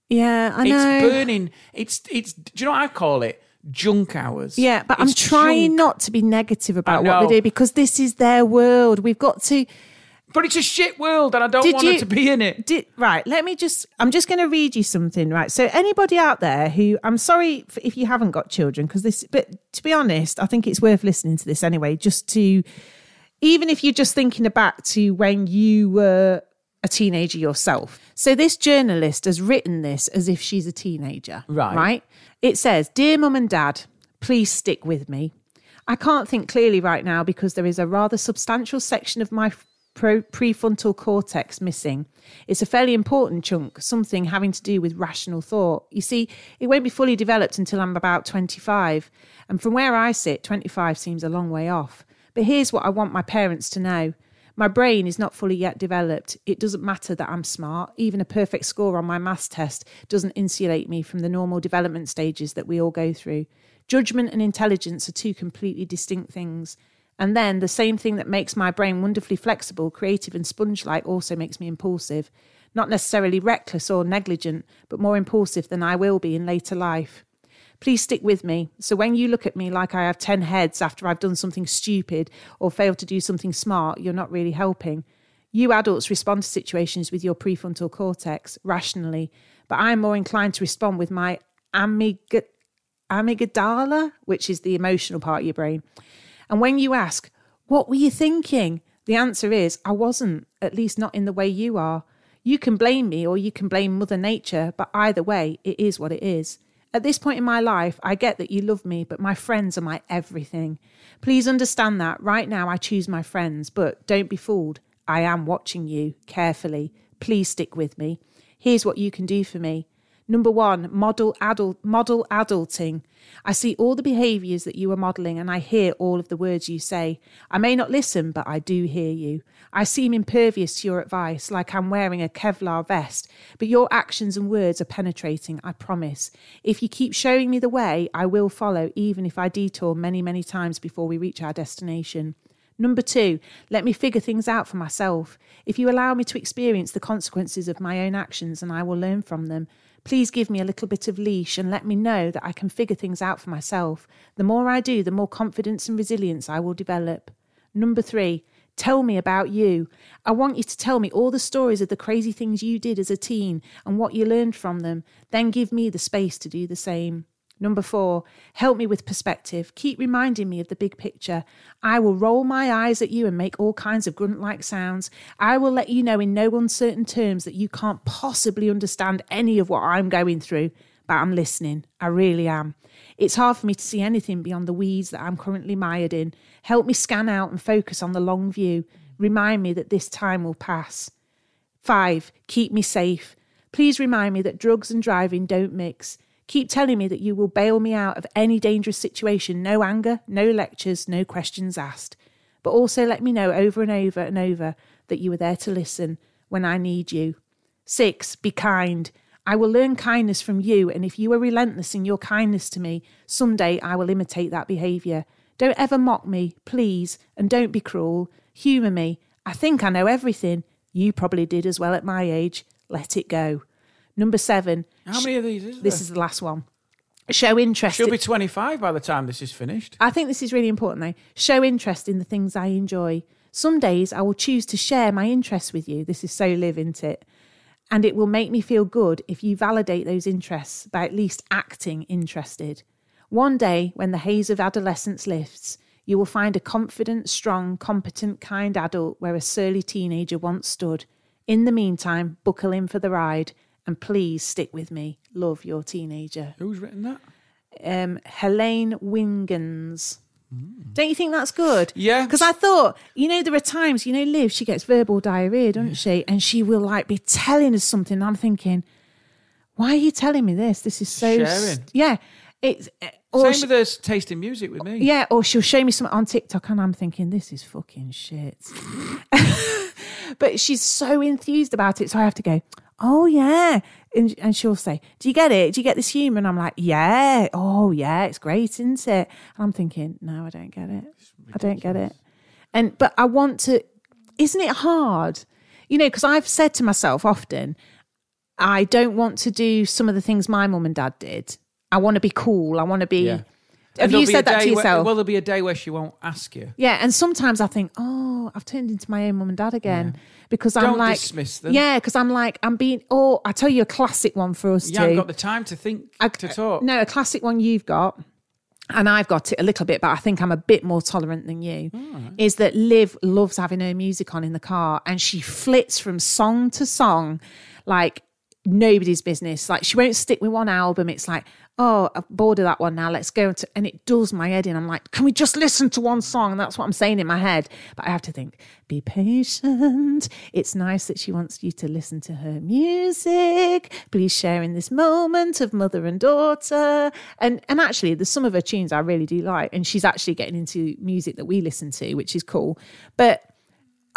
S7: Yeah, I know.
S5: It's burning. It's, it's, do you know what I call it? Junk hours.
S7: Yeah, but I'm
S5: It's
S7: trying
S5: junk.
S7: not to be negative about
S5: I
S7: what they
S5: know.
S7: do because this is their world. We've got to.
S5: But it's a shit world and I don't
S7: Did
S5: want
S7: you-
S5: her to be in it.
S7: Did, right, let me just. I'm just going to read you something, right? So, anybody out there who. I'm sorry f- if you haven't got children because this. But to be honest, I think it's worth listening to this anyway, just to. Even if you're just thinking back to when you were a teenager yourself. So, this journalist has written this as if she's a teenager.
S5: Right.
S7: Right. It says, Dear Mum and Dad, please stick with me. I can't think clearly right now because there is a rather substantial section of my pro- prefrontal cortex missing. It's a fairly important chunk, something having to do with rational thought. You see, it won't be fully developed until I'm about 25. And from where I sit, 25 seems a long way off. But here's what I want my parents to know. My brain is not fully yet developed. It doesn't matter that I'm smart. Even a perfect score on my maths test doesn't insulate me from the normal development stages that we all go through. Judgment and intelligence are two completely distinct things. And then the same thing that makes my brain wonderfully flexible, creative, and sponge like also makes me impulsive. Not necessarily reckless or negligent, but more impulsive than I will be in later life. Please stick with me. So when you look at me like I have 10 heads after I've done something stupid or failed to do something smart, you're not really helping. You adults respond to situations with your prefrontal cortex rationally, but I'm more inclined to respond with my amyg- amygdala, which is the emotional part of your brain. And when you ask, What were you thinking? the answer is, I wasn't, at least not in the way you are. You can blame me or you can blame Mother Nature, but either way, it is what it is. At this point in my life, I get that you love me, but my friends are my everything. Please understand that right now I choose my friends, but don't be fooled. I am watching you carefully. Please stick with me. Here's what you can do for me. Number one, model adult model adulting. I see all the behaviors that you are modeling and I hear all of the words you say. I may not listen, but I do hear you. I seem impervious to your advice, like I'm wearing a Kevlar vest, but your actions and words are penetrating, I promise. If you keep showing me the way, I will follow, even if I detour many, many times before we reach our destination. Number two, let me figure things out for myself. If you allow me to experience the consequences of my own actions and I will learn from them, please give me a little bit of leash and let me know that I can figure things out for myself. The more I do, the more confidence and resilience I will develop. Number three, tell me about you. I want you to tell me all the stories of the crazy things you did as a teen and what you learned from them. Then give me the space to do the same. Number four, help me with perspective. Keep reminding me of the big picture. I will roll my eyes at you and make all kinds of grunt like sounds. I will let you know in no uncertain terms that you can't possibly understand any of what I'm going through, but I'm listening. I really am. It's hard for me to see anything beyond the weeds that I'm currently mired in. Help me scan out and focus on the long view. Remind me that this time will pass. Five, keep me safe. Please remind me that drugs and driving don't mix. Keep telling me that you will bail me out of any dangerous situation. No anger, no lectures, no questions asked. But also let me know over and over and over that you are there to listen when I need you. Six, be kind. I will learn kindness from you, and if you are relentless in your kindness to me, someday I will imitate that behaviour. Don't ever mock me, please, and don't be cruel. Humour me. I think I know everything. You probably did as well at my age. Let it go. Number seven.
S2: How many of these is
S7: This
S2: there?
S7: is the last one. Show interest.
S2: She'll be 25 by the time this is finished.
S7: I think this is really important though. Show interest in the things I enjoy. Some days I will choose to share my interests with you. This is so live, isn't it? And it will make me feel good if you validate those interests by at least acting interested. One day, when the haze of adolescence lifts, you will find a confident, strong, competent, kind adult where a surly teenager once stood. In the meantime, buckle in for the ride and please stick with me. Love your teenager
S2: Who's written that?
S7: um, Helene Wingens. Don't you think that's good?
S2: Mm. Yeah.
S7: Because I thought, you know, there are times, you know, Liv, she gets verbal diarrhea, doesn't she? And she will like be telling us something. And I'm thinking, why are you telling me this? This is so. s-
S2: Sharing.
S7: yeah. It's. uh, Or
S2: Same
S7: she-
S2: with this tasting music with me.
S7: yeah, or she'll show me something on TikTok and I'm thinking, this is fucking shit. but she's so enthused about it. So I have to go, oh, yeah. And, and she'll say, do you get it? Do you get this humour? And I'm like, yeah. Oh, yeah. It's great, isn't it? And I'm thinking, no, I don't get it. I don't get it. And, but I want to, isn't it hard? You know, because I've said to myself often, I don't want to do some of the things my mum and dad did. I want to be cool. I want to be.
S2: Yeah.
S7: Have
S2: And there'll
S7: you
S2: be a
S7: said that to
S2: day where-
S7: yourself?
S2: well, there'll be a day where she won't ask you.
S7: Yeah, and sometimes I think, oh, I've turned into my own mum and dad again because I'm
S2: Don't
S7: like,
S2: dismiss them.
S7: yeah, because I'm like, I'm being. Oh, I tell you a classic one for us
S2: You
S7: too.
S2: haven't got the time to think, to talk.
S7: No, a classic one you've got, and I've got it a little bit, but I think I'm a bit more tolerant than you. Is that Liv loves having her music on in the car, and she flits from song to song, like nobody's business. Like she won't stick with one album. It's like, oh, I'm bored of that one now. Let's go to, and it does my head in. I'm like, can we just listen to one song? And that's what I'm saying in my head. But I have to think, be patient. It's nice that she wants you to listen to her music. Please share in this moment of mother and daughter. And and actually, there's some of her tunes I really do like, and she's actually getting into music that we listen to, which is cool. But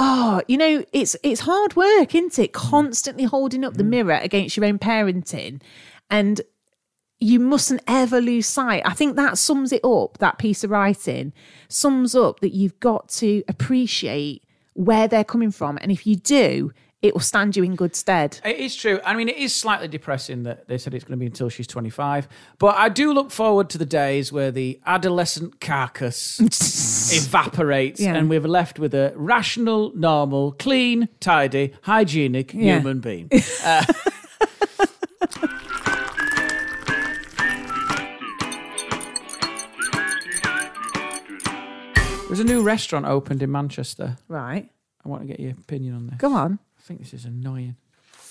S7: oh, you know, it's it's hard work, isn't it? Constantly holding up the mirror against your own parenting, and you mustn't ever lose sight. I think that sums it up. That piece of writing sums up that you've got to appreciate where they're coming from, and if you do, it will stand you in good stead.
S5: It is true. I mean, it is slightly depressing that they said it's going to be until she's 25. But I do look forward to the days where the adolescent carcass evaporates
S7: Yeah.
S5: and we're left with a rational, normal, clean, tidy, hygienic
S7: Yeah.
S5: human being. There's a new restaurant opened in Manchester.
S7: Right.
S5: I want to get your opinion on this.
S7: Go on.
S5: I think this is annoying.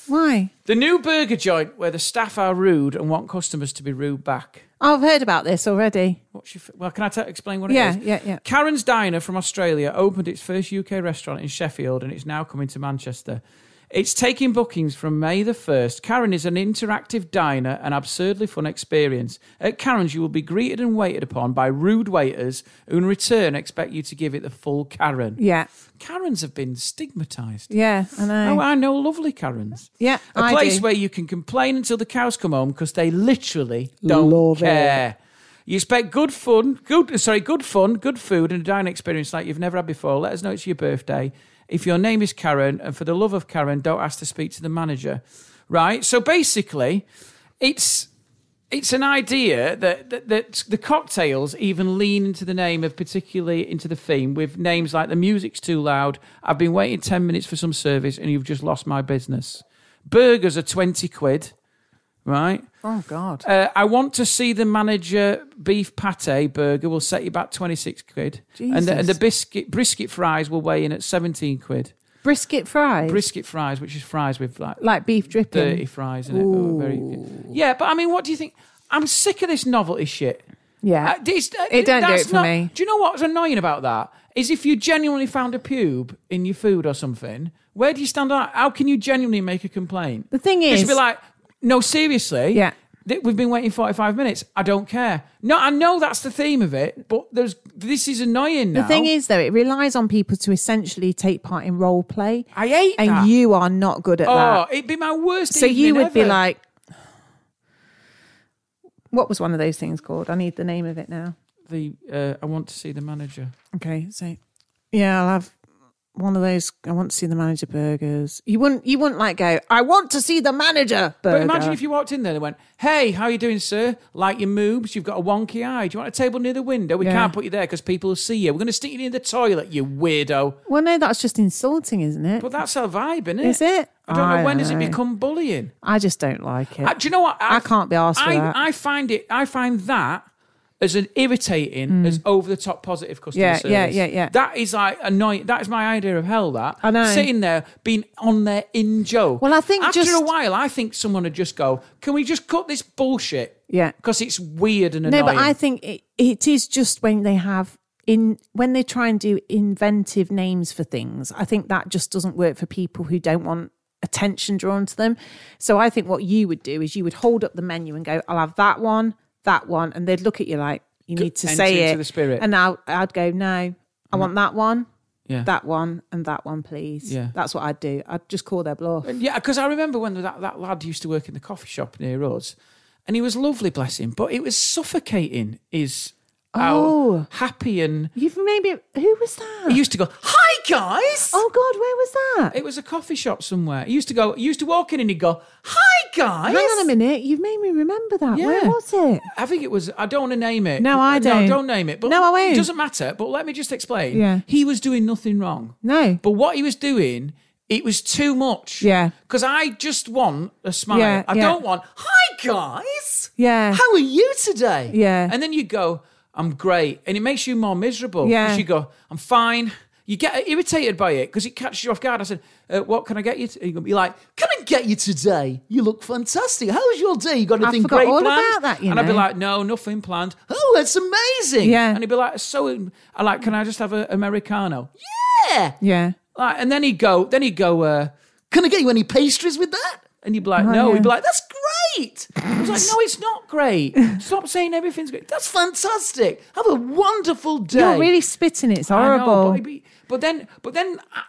S7: Why?
S5: The new burger joint where the staff are rude and want customers to be rude back.
S7: I've heard about this already.
S5: What's your f- well? Can I t- explain what
S7: Yeah,
S5: it is?
S7: yeah, yeah.
S5: Karen's Diner from Australia opened its first UK restaurant in Sheffield and it's now coming to Manchester. It's taking bookings from May the 1st. Karen is an interactive diner, an absurdly fun experience. At Karen's, you will be greeted and waited upon by rude waiters who, in return, expect you to give it the full Karen.
S7: Yeah.
S5: Karens have been stigmatised.
S7: Yeah. I know.
S5: Oh, I know lovely Karens.
S7: yeah.
S5: A
S7: I
S5: place
S7: do.
S5: where you can complain until the cows come home because they literally don't care. You expect good fun, good sorry, good fun, good food, and a dining experience like you've never had before. Let us know it's your birthday. If your name is Karen, and for the love of Karen, don't ask to speak to the manager. Right? So basically, it's it's an idea that, that that the cocktails even lean into the name of particularly into the theme with names like the music's too loud i've been waiting 10 minutes for some service and you've just lost my business burgers are 20 quid right
S7: oh God.
S5: uh, i want to see the manager beef pate burger will set you back 26 quid and the, and the
S7: Jesus.
S5: biscuit brisket fries will weigh in at 17 quid
S7: Brisket fries.
S5: brisket fries which is fries with like
S7: like beef dripping.
S5: dirty fries in it. Oh, very good. Yeah, but I mean, what do you think? I'm sick of this novelty shit.
S7: Yeah.
S5: Uh, it's- uh,
S7: It don't do
S5: that's
S7: it for
S5: not-
S7: me.
S5: Do you know what was annoying about that? Is if you genuinely found a pube in your food or something, where do you stand on that? How can you genuinely make a complaint?
S7: The thing
S5: You should
S7: is,
S5: be like, no, seriously.
S7: Yeah.
S5: th- We've been waiting 45 minutes. I don't care. No, I know that's the theme of it, but there's this is annoying now.
S7: the thing is, though, it relies on people to essentially take part in role play.
S5: I hate
S7: and
S5: that.
S7: you are not good at
S5: oh,
S7: that.
S5: it'd be my worst
S7: So you
S5: evening
S7: would be
S5: ever.
S7: like, what was one of those things called? I need the name of it now.
S5: the uh, I want to see the manager.
S7: Okay, so yeah, I'll have one of those. I want to see the manager burgers. You wouldn't, you wouldn't like go. I want to see the manager burger.
S5: But imagine if you walked in there and went, "Hey, how you doing, sir? Like your moobs? You've got a wonky eye. Do you want a table near the window? We
S7: Yeah.
S5: can't put you there because people will see you. We're going to stick you in the toilet, you weirdo."
S7: well, no, that's just insulting, isn't it?
S5: But that's our vibe, isn't it?
S7: Is it?
S5: I don't know.
S7: I
S5: When
S7: don't
S5: does it
S7: know.
S5: become bullying?
S7: I just don't like it.
S5: Uh, do you know what?
S7: I can't be arsed for
S5: I,
S7: that.
S5: I find it. I find that as an irritating as over the top positive customer
S7: Mm. Yeah,
S5: service.
S7: yeah, yeah, yeah.
S5: That is like annoying. That is my idea of hell. That
S7: I know.
S5: sitting there being on there in joke.
S7: Well, I think
S5: after
S7: just-
S5: a while, I think someone would just go, "Can we just cut this bullshit?"
S7: Yeah.
S5: because it's weird and
S7: No,
S5: annoying.
S7: but I think it, it is just when they have in when they try and do inventive names for things. I think that just doesn't work for people who don't want attention drawn to them. So I think what you would do is you would hold up the menu and go, "I'll have that one, that one," and they'd look at you like you need to
S5: enter
S7: say
S5: into
S7: it.
S5: the spirit. Mm.
S7: And now I'd go, "No, I want that one."
S5: Yeah.
S7: That one and that one, please.
S5: Yeah.
S7: That's what I'd do. I'd just call their bluff.
S5: Yeah, because I remember when that, that lad used to work in the coffee shop near us, and he was lovely, bless him, but it was suffocating. Is
S7: Oh.
S5: happy and
S7: You've maybe who was that?
S5: he used to go, "Hi guys."
S7: oh God, where was that?
S5: It was a coffee shop somewhere. He used to go. He used to walk in and he'd go, "Hi guys."
S7: Hang on a minute, you've made me remember that. Where
S5: Yeah.
S7: was it?
S5: I think it was. I don't want to name it.
S7: No, I don't.
S5: No, don't name it. But
S7: No, I won't.
S5: It doesn't matter. But let me just explain.
S7: Yeah.
S5: He was doing nothing wrong.
S7: No.
S5: But what he was doing, it was too much.
S7: Yeah.
S5: Because I just want a smile.
S7: Yeah,
S5: I
S7: yeah.
S5: don't want, hi guys.
S7: Yeah.
S5: How are you today?
S7: Yeah.
S5: And then you go, I'm great. And it makes you more miserable.
S7: Yeah.
S5: 'Cause you go, I'm fine. You get irritated by it because it catches you off guard. I said, uh, What can I get you? T-? You're going to be like, Can I get you today? You look fantastic. How was your day? You got anything
S7: forgot
S5: great
S7: all
S5: planned?
S7: about that, you
S5: and I'd be
S7: know.
S5: like, No, nothing planned. Oh, that's amazing.
S7: Yeah.
S5: And he'd be like, So, um, I like, Can I just have an Americano? Yeah.
S7: Yeah.
S5: Like, and then he'd go, then he'd go, uh, can I get you any pastries with that? And you'd be like, no.
S7: Oh, yeah.
S5: He'd be like, that's great. I was like, no, it's not great. Stop saying everything's great. That's fantastic. Have a wonderful day.
S7: You're really spitting, it's
S5: I know,
S7: horrible.
S5: but, it'd be- but then, but then I,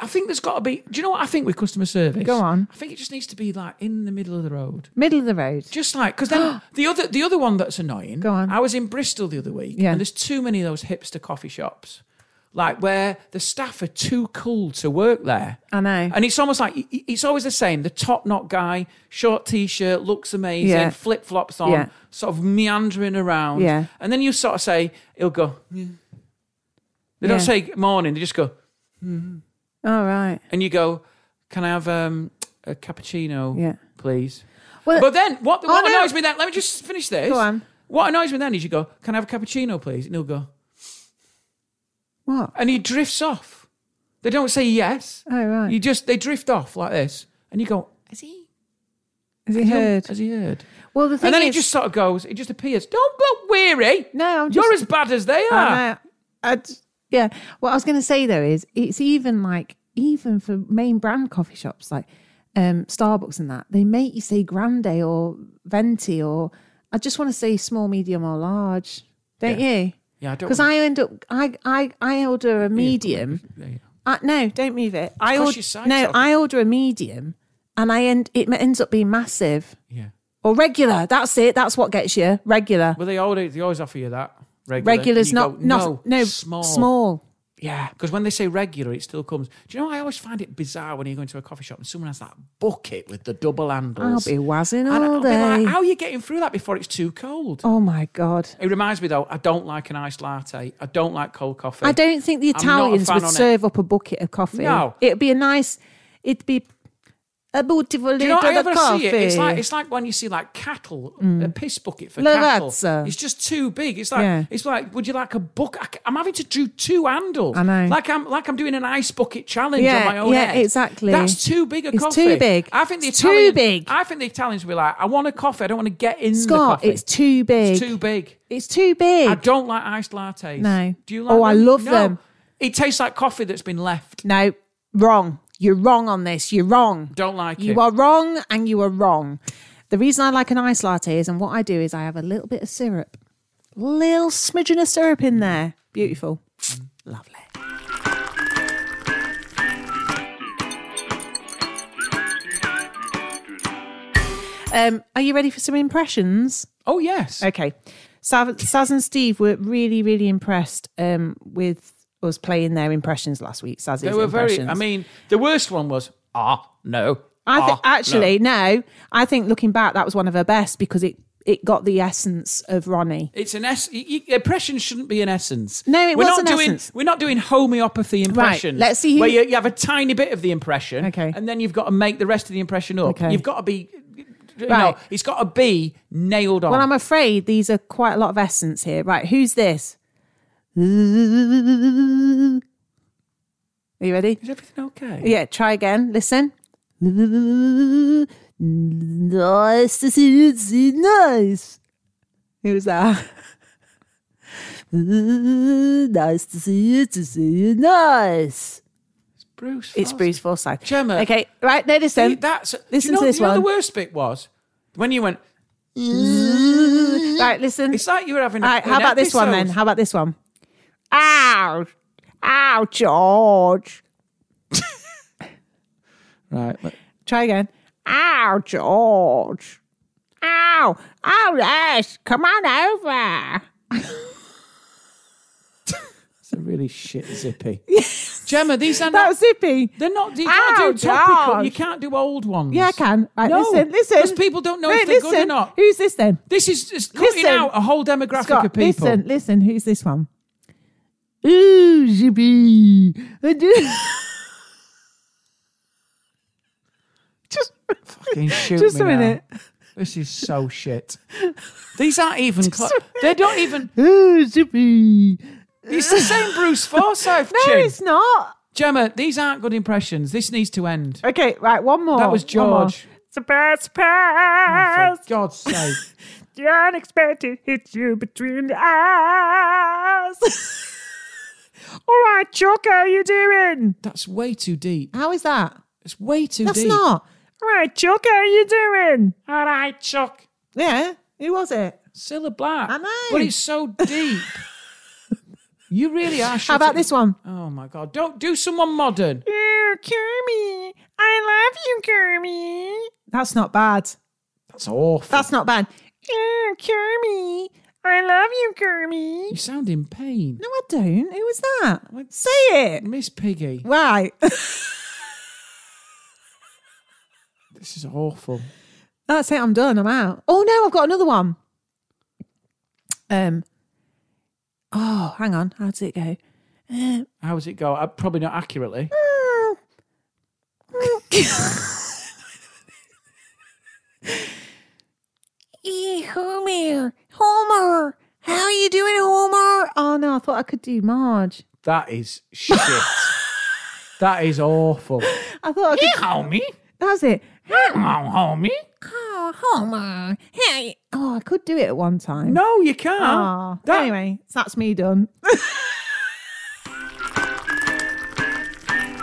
S5: I think there's got to be, do you know what I think with customer service?
S7: Go on.
S5: I think it just needs to be like in the middle of the road.
S7: Middle of the road.
S5: Just like because then the other the other one that's annoying.
S7: Go on.
S5: I was in Bristol the other week,
S7: Yeah.
S5: and there's too many of those hipster coffee shops like where the staff are too cool to work there.
S1: I know.
S5: And it's almost like y- y- it's always the same. The top knot guy, short t shirt, looks amazing,
S1: Yeah.
S5: flip flops on,
S1: Yeah.
S5: sort of meandering around.
S1: Yeah.
S5: And then you sort of say, he'll go, "Yeah." they don't
S1: Yeah.
S5: say morning, they just go,
S1: All right.
S5: and you go, can I have um, a cappuccino,
S1: Yeah.
S5: please?
S7: Well-
S5: but then what, what
S7: no.
S5: annoys me then, let me just finish this.
S7: Go on.
S5: What annoys me then is you go, can I have a cappuccino, please? And he'll go,
S1: What?
S5: and he drifts off. They don't say yes.
S1: Oh right.
S5: You just, they drift off like this. And you go,
S1: Has he heard?
S5: has he heard?
S7: Well, the thing
S5: and then
S7: is,
S5: it just sort of goes, it just appears. Don't look weary.
S7: no, I'm just,
S5: You're as bad as they are.
S7: I know. I d- yeah. What I was going to say though is it's even like even for main brand coffee shops like um, Starbucks and that they make you say grande or venti or I just want to say small, medium or large, don't you?
S5: Yeah, I don't
S7: Because I end up I I I order a medium.
S5: There you go.
S7: Uh, no, don't move it. I
S5: Cross
S7: order
S5: your sides
S7: no.
S5: off.
S7: I order a medium, and I end it ends up being massive
S5: Yeah.
S7: or regular. That's it. That's what gets you regular.
S5: Well, they always, they always offer you that. Regular. And
S7: Regular's
S5: you go,
S7: not not no,
S5: small.
S7: small.
S5: Yeah. Because when they say regular, it still comes. Do you know, I always find it bizarre when you go into a coffee shop and someone has that bucket with the double
S7: I'll
S5: handles.
S7: be wazzing
S5: and
S7: all
S5: I'll be
S7: day.
S5: like, how are you getting through that before it's too cold?
S7: oh my god!
S5: It reminds me, though, I don't like an iced latte. I don't like cold coffee.
S7: I don't think the
S5: I'm not a
S7: Italians
S5: fan
S7: would
S5: on it.
S7: serve up a bucket of coffee.
S5: No.
S7: it'd be a nice. It'd be a beautiful
S5: Do you know
S7: little
S5: what I ever
S7: coffee.
S5: see it? It's like it's like when you see like cattle,
S7: Mm.
S5: a piss bucket for
S7: Lavazza.
S5: cattle. It's just too big. It's like
S7: uh, Yeah.
S5: it's like would you like a bucket? I c- I'm having to do two handles.
S7: I know.
S5: Like I'm like I'm doing an ice bucket challenge
S7: Yeah,
S5: on my own.
S7: yeah,
S5: head.
S7: exactly.
S5: That's too big a
S7: It's
S5: coffee.
S7: too big.
S5: I think the
S7: It's too
S5: Italians,
S7: big.
S5: I think the Italians will be like, I want a coffee. I don't want to get in
S7: Scott,
S5: the coffee.
S7: it's too big.
S5: It's too big.
S7: It's too big.
S5: I don't like iced lattes.
S7: No.
S5: Do you like?
S7: Oh, I
S5: them?
S7: love
S5: No.
S7: them.
S5: It tastes like coffee that's been left.
S7: no, wrong. You're wrong on this. You're wrong.
S5: Don't like it.
S7: You are wrong and you are wrong. The reason I like an ice latte is, and what I do is I have a little bit of syrup, little smidgen of syrup in there. Beautiful. Lovely. Um, are you ready for some impressions?
S5: oh yes.
S7: Okay. Sav, Saz and Steve were really, really impressed um, with us playing their impressions last week. Saz's
S5: They were
S7: impressions.
S5: very. I mean, the worst one was ah no.
S7: I think
S5: ah,
S7: actually
S5: no."
S7: no. I think looking back, that was one of her best because it it got the essence of Ronnie.
S5: It's an es- y- y- impression shouldn't be an essence.
S7: No, it
S5: we're
S7: was
S5: not
S7: an
S5: doing,
S7: essence.
S5: We're not doing homeopathy impressions.
S7: let's see who-
S5: Where you, you have a tiny bit of the impression,
S7: Okay.
S5: and then you've got to make the rest of the impression up.
S7: Okay.
S5: You've got to be, you
S7: Right.
S5: know, it's got to be nailed on.
S7: Well, I'm afraid these are quite a lot of essence here. Right, who's this? Are you ready?
S5: Is everything okay?
S7: Yeah, try again. Listen. Nice to see you. see Nice. Who's that? nice to see you. To see you. Nice.
S5: Bruce.
S7: It's
S5: Fosdick.
S7: Bruce Forsyth.
S5: Gemma.
S7: Okay, right, no,
S5: See,
S7: listen.
S5: that's do
S7: listen
S5: you know,
S7: to this
S5: you know
S7: one.
S5: The worst bit was when you went.
S7: Right, listen.
S5: It's like you were having. A,
S7: All right, how
S5: an
S7: about this one then?
S5: episode.
S7: How about this one? Ow! Ow, George.
S5: Right. let-
S7: Try again. Ow, George. Ow! Ow, Les, come on over.
S5: It's a really shit zippy. Gemma, these are
S7: That
S5: not
S7: was Oh, zippy.
S5: They're not. You can't
S7: Ow,
S5: do topical.
S7: Josh.
S5: You can't do old ones.
S7: Yeah, I can. Right,
S5: No,
S7: listen, listen.
S5: because people don't know
S7: Right,
S5: if they're good or
S7: listen.
S5: not.
S7: Who's this then?
S5: This is just cutting
S7: Listen.
S5: out a whole demographic of
S7: Scott,
S5: people.
S7: listen, listen. Who's this one? Ooh, zippy. I do. Just
S5: Fucking shoot
S7: Just
S5: me
S7: a
S5: now.
S7: minute.
S5: This is so shit. These aren't even. Cl- they don't even.
S7: Ooh, zippy.
S5: It's the same Bruce Forsyth.
S7: No,
S5: chin.
S7: it's not.
S5: Gemma, these aren't good impressions. This needs to end.
S7: Okay, right, one more.
S5: That was
S7: one more.
S5: George.
S7: It's a best pass.
S5: For God's sake.
S7: The unexpected hits you between the eyes. All right, Chuck, how you doing?
S5: That's way too deep.
S7: How is that?
S5: It's way too
S7: That's
S5: deep.
S7: not. All right, Chuck, how you doing?
S5: All right, Chuck.
S7: Yeah, who was it?
S5: Cilla Black.
S7: I know.
S5: But it's so deep. you really are
S7: How about this one?
S5: Oh my god. Don't do someone modern.
S7: Ooh, Kermie. I love you, Kermie. That's not bad.
S5: That's awful.
S7: That's not bad. Ooh, Kermie.
S8: I love you, Kermie.
S5: You sound in pain.
S8: No, I don't. Who was that? Say it.
S5: Miss Piggy,
S8: Right.
S5: this is awful.
S8: That's it. I'm done. I'm out. Oh no, I've got another one. Um. Oh, hang on. How does it go?
S5: How does it go? Uh, probably not accurately.
S8: Eh, Homer, Homer, how are you doing, Homer? Oh no, I thought I could do Marge.
S5: That is shit. that is awful.
S8: I thought I could.
S5: Homie,
S8: That's it.
S5: come on, homie.
S8: Oh, Homer, hey. Oh, I could do it at one time.
S5: No, you can't.
S8: Oh, anyway, so that's me done.
S5: Um,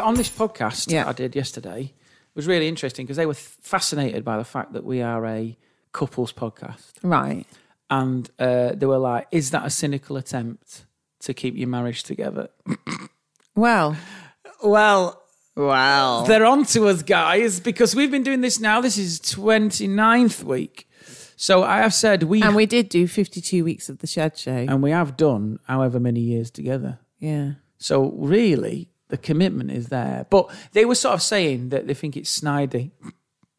S5: on this podcast
S8: Yeah.
S5: I did yesterday was really interesting because they were th- fascinated by the fact that we are a couples podcast,
S8: Right.
S5: and uh, they were like, "Is that a cynical attempt to keep your marriage together?"
S7: Well,
S5: Well,
S7: wow.
S5: they're on to us, guys, because we've been doing this now. This is 29th week, so I have said we
S7: And we did do 52 weeks of the shed show.
S5: and we have done however many years together.
S7: Yeah.
S5: So really, the commitment is there. But they were sort of saying that they think it's snidey.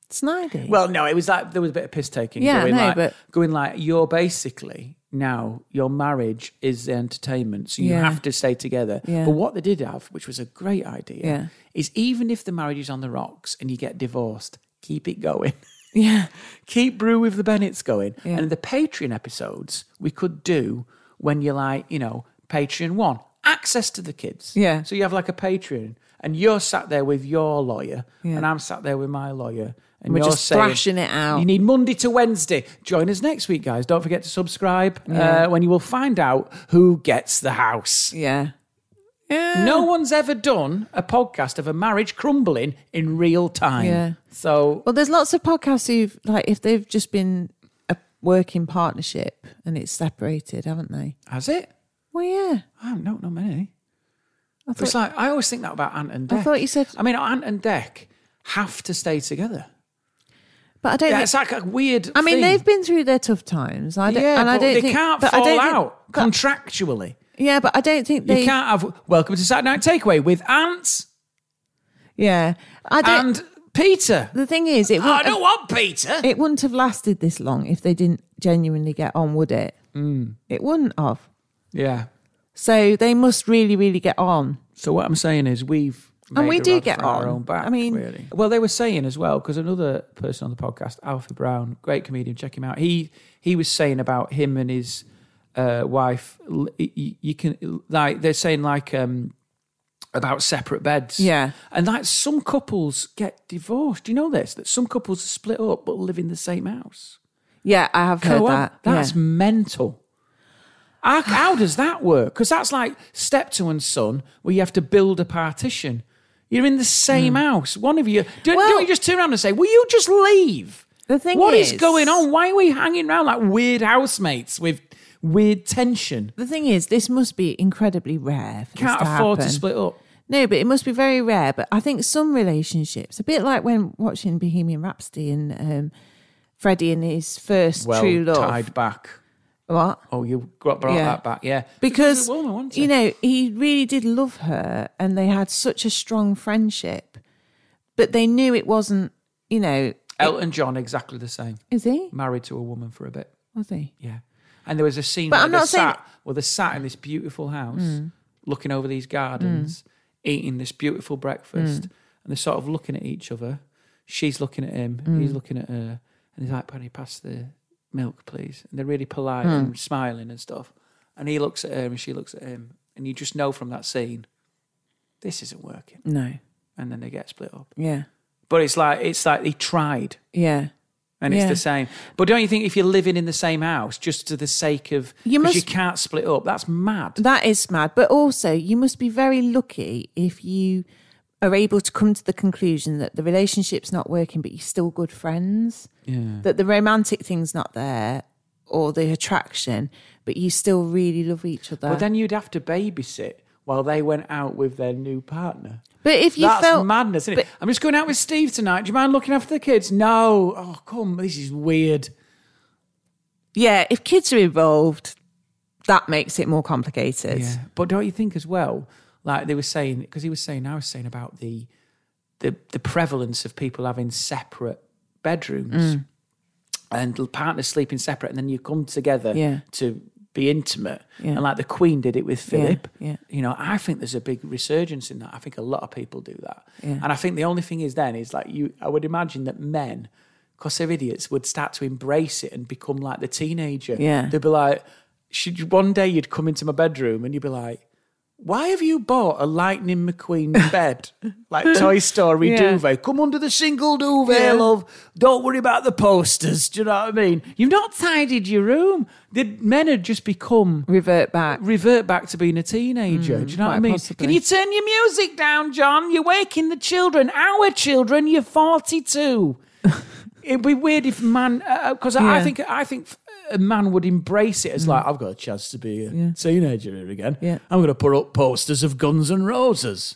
S7: Snidey.
S5: Well, no, it was like there was a bit of piss taking.
S7: Yeah,
S5: going
S7: no,
S5: like,
S7: but-
S5: going like you're basically now your marriage is the entertainment, so you
S7: Yeah.
S5: have to stay together.
S7: Yeah.
S5: But what they did have, which was a great idea,
S7: Yeah.
S5: is even if the marriage is on the rocks and you get divorced, keep it going.
S7: yeah.
S5: keep brew with the Bennetts going.
S7: Yeah.
S5: And the Patreon episodes we could do when you're like, you know, Patreon one, access to the kids.
S7: Yeah.
S5: So you have like a Patreon and you're sat there with your lawyer
S7: Yeah.
S5: and I'm sat there with my lawyer. And
S7: We're
S5: you're
S7: just
S5: saying,
S7: thrashing it out.
S5: You need Monday to Wednesday. Join us next week, guys. Don't forget to subscribe uh, when you will find out who gets the house.
S7: Yeah. Yeah.
S5: No one's ever done a podcast of a marriage crumbling in real time.
S7: Yeah.
S5: So
S7: Well, there's lots of podcasts who've, like, if they've just been a working partnership and it's separated, haven't they?
S5: has it?
S7: Well, yeah.
S5: I don't know many.
S7: I
S5: It's
S7: thought,
S5: like I always think that about Ant and Deck.
S7: I thought you said,
S5: I mean, Ant and Deck have to stay together.
S7: but I don't
S5: Yeah,
S7: think-
S5: it's like a weird.
S7: I mean,
S5: thing.
S7: they've been through their tough times. I don't,
S5: yeah,
S7: and
S5: but
S7: I don't
S5: they
S7: think,
S5: can't
S7: but
S5: fall
S7: I don't think-
S5: out
S7: but-
S5: contractually.
S7: yeah, but I don't think
S5: You
S7: they.
S5: can't have Welcome to Saturday Night Takeaway with Ant
S7: Yeah, I don't.
S5: and Peter.
S7: the thing is, it
S5: I
S7: wouldn't,
S5: don't
S7: have,
S5: want Peter.
S7: it wouldn't have lasted this long if they didn't genuinely get on, would it?
S5: Mm.
S7: It wouldn't have.
S5: Yeah.
S7: So they must really, really get on.
S5: So what I'm saying is we've
S7: And
S5: made
S7: we
S5: a
S7: do
S5: rod
S7: get
S5: for our
S7: on.
S5: own back,
S7: I mean-
S5: really. Well, they were saying as well because another person on the podcast, Alfie Brown, great comedian, check him out. He he was saying about him and his uh, wife. l- y- y- You can like they're saying like um, about separate beds.
S7: Yeah.
S5: and like some couples get divorced. Do you know this? That some couples are split up but live in the same house.
S7: Yeah, I have heard
S5: Co-op.
S7: that.
S5: That's
S7: yeah.
S5: mental. How, how does that work? Because that's like step two and son, where you have to build a partition. You're in the same house. One of you. Don't,
S7: Hmm. Well-
S5: don't you just turn around and say, "Will you just leave?"
S7: The thing
S5: What is
S7: is-
S5: going on? Why are we hanging around like weird housemates with weird tension?
S7: the thing is, this must be incredibly rare. For
S5: Can't
S7: this to
S5: afford to
S7: happen.
S5: split up.
S7: No, but it must be very rare. But I think some relationships, a bit like when watching Bohemian Rhapsody and um, Freddie and his first true love.
S5: tied back.
S7: What?
S5: Oh, you brought, brought
S7: Yeah.
S5: that back. Yeah,
S7: because
S5: It was a woman, wasn't
S7: you
S5: it?
S7: know he really did love her and they had such a strong friendship but they knew it wasn't you know
S5: Elton John exactly the same.
S7: is he
S5: Married to a woman for a bit.
S7: was he
S5: Yeah. And there was a scene
S7: But
S5: where
S7: I'm
S5: they
S7: not saying- Mm.
S5: sat where they sat in this beautiful house, looking over these gardens, eating this beautiful breakfast,
S7: Mm.
S5: and they're sort of looking at each other. She's looking at him, he's
S7: Mm.
S5: looking at her, and he's like, Penny, pass the milk, please. And they're really
S7: Hmm.
S5: polite and smiling and stuff. And he looks at her and she looks at him. And you just know from that scene, this isn't working.
S7: no
S5: And then they get split up.
S7: yeah
S5: But it's like it's like they tried
S7: yeah
S5: and it's
S7: Yeah.
S5: the same. But don't you think if you're living in the same house, just to the sake of you,
S7: You
S5: you
S7: must-
S5: can't split up, that's mad.
S7: that is mad but also you must be very lucky if you are able to come to the conclusion that the relationship's not working but you're still good friends
S5: Yeah.
S7: that the romantic thing's not there or the attraction but you still really love each other
S5: But then you'd have to babysit while they went out with their new partner.
S7: But if you
S5: That's
S7: felt
S5: madness, isn't it? I'm just going out with Steve tonight. Do you mind looking after the kids? No. Oh, come. This is weird.
S7: yeah, if kids are involved, that makes it more complicated.
S5: Yeah, but don't you think as well? Like they were saying, because he was saying, I was saying about the the the prevalence of people having separate bedrooms
S7: Mm.
S5: and partners sleeping separate, and then you come together
S7: Yeah.
S5: to be intimate. And like the Queen did it with Philip.
S7: yeah.
S5: You know, I think there's a big resurgence in that. I think a lot of people do that. And I think the only thing is then is like you. I would imagine that men. Because they're idiots, would start to embrace it and become like the teenager.
S7: Yeah.
S5: They'd be like, should, one day you'd come into my bedroom and you'd be like, why have you bought a Lightning McQueen bed? like Toy Story duvet. Come under the single duvet, love. Don't worry about the posters. Do you know what I mean? You've not tidied your room. The men had just become
S7: Revert back.
S5: revert back to being a teenager. do you know what I mean?
S7: possibly.
S5: Can you turn your music down, John? You're waking the children. Our children. You're 42. It'd be weird if man, because I I
S7: Yeah.
S5: think I think a man would embrace it as like I've got a chance to be a teenager here again.
S7: Yeah.
S5: I'm going to put up posters of Guns and Roses.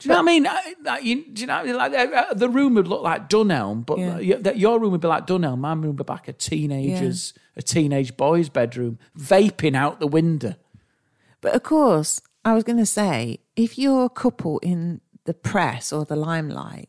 S5: Do you know what I mean? I, like, you, do you know what I mean? Like, uh, uh, the room would look like Dunelm, but
S7: Yeah.
S5: uh, y- that your room would be like Dunelm. My room would be like a teenager's, a teenage boy's bedroom, vaping out the window.
S7: But of course, I was going to say if you're a couple in the press or the limelight,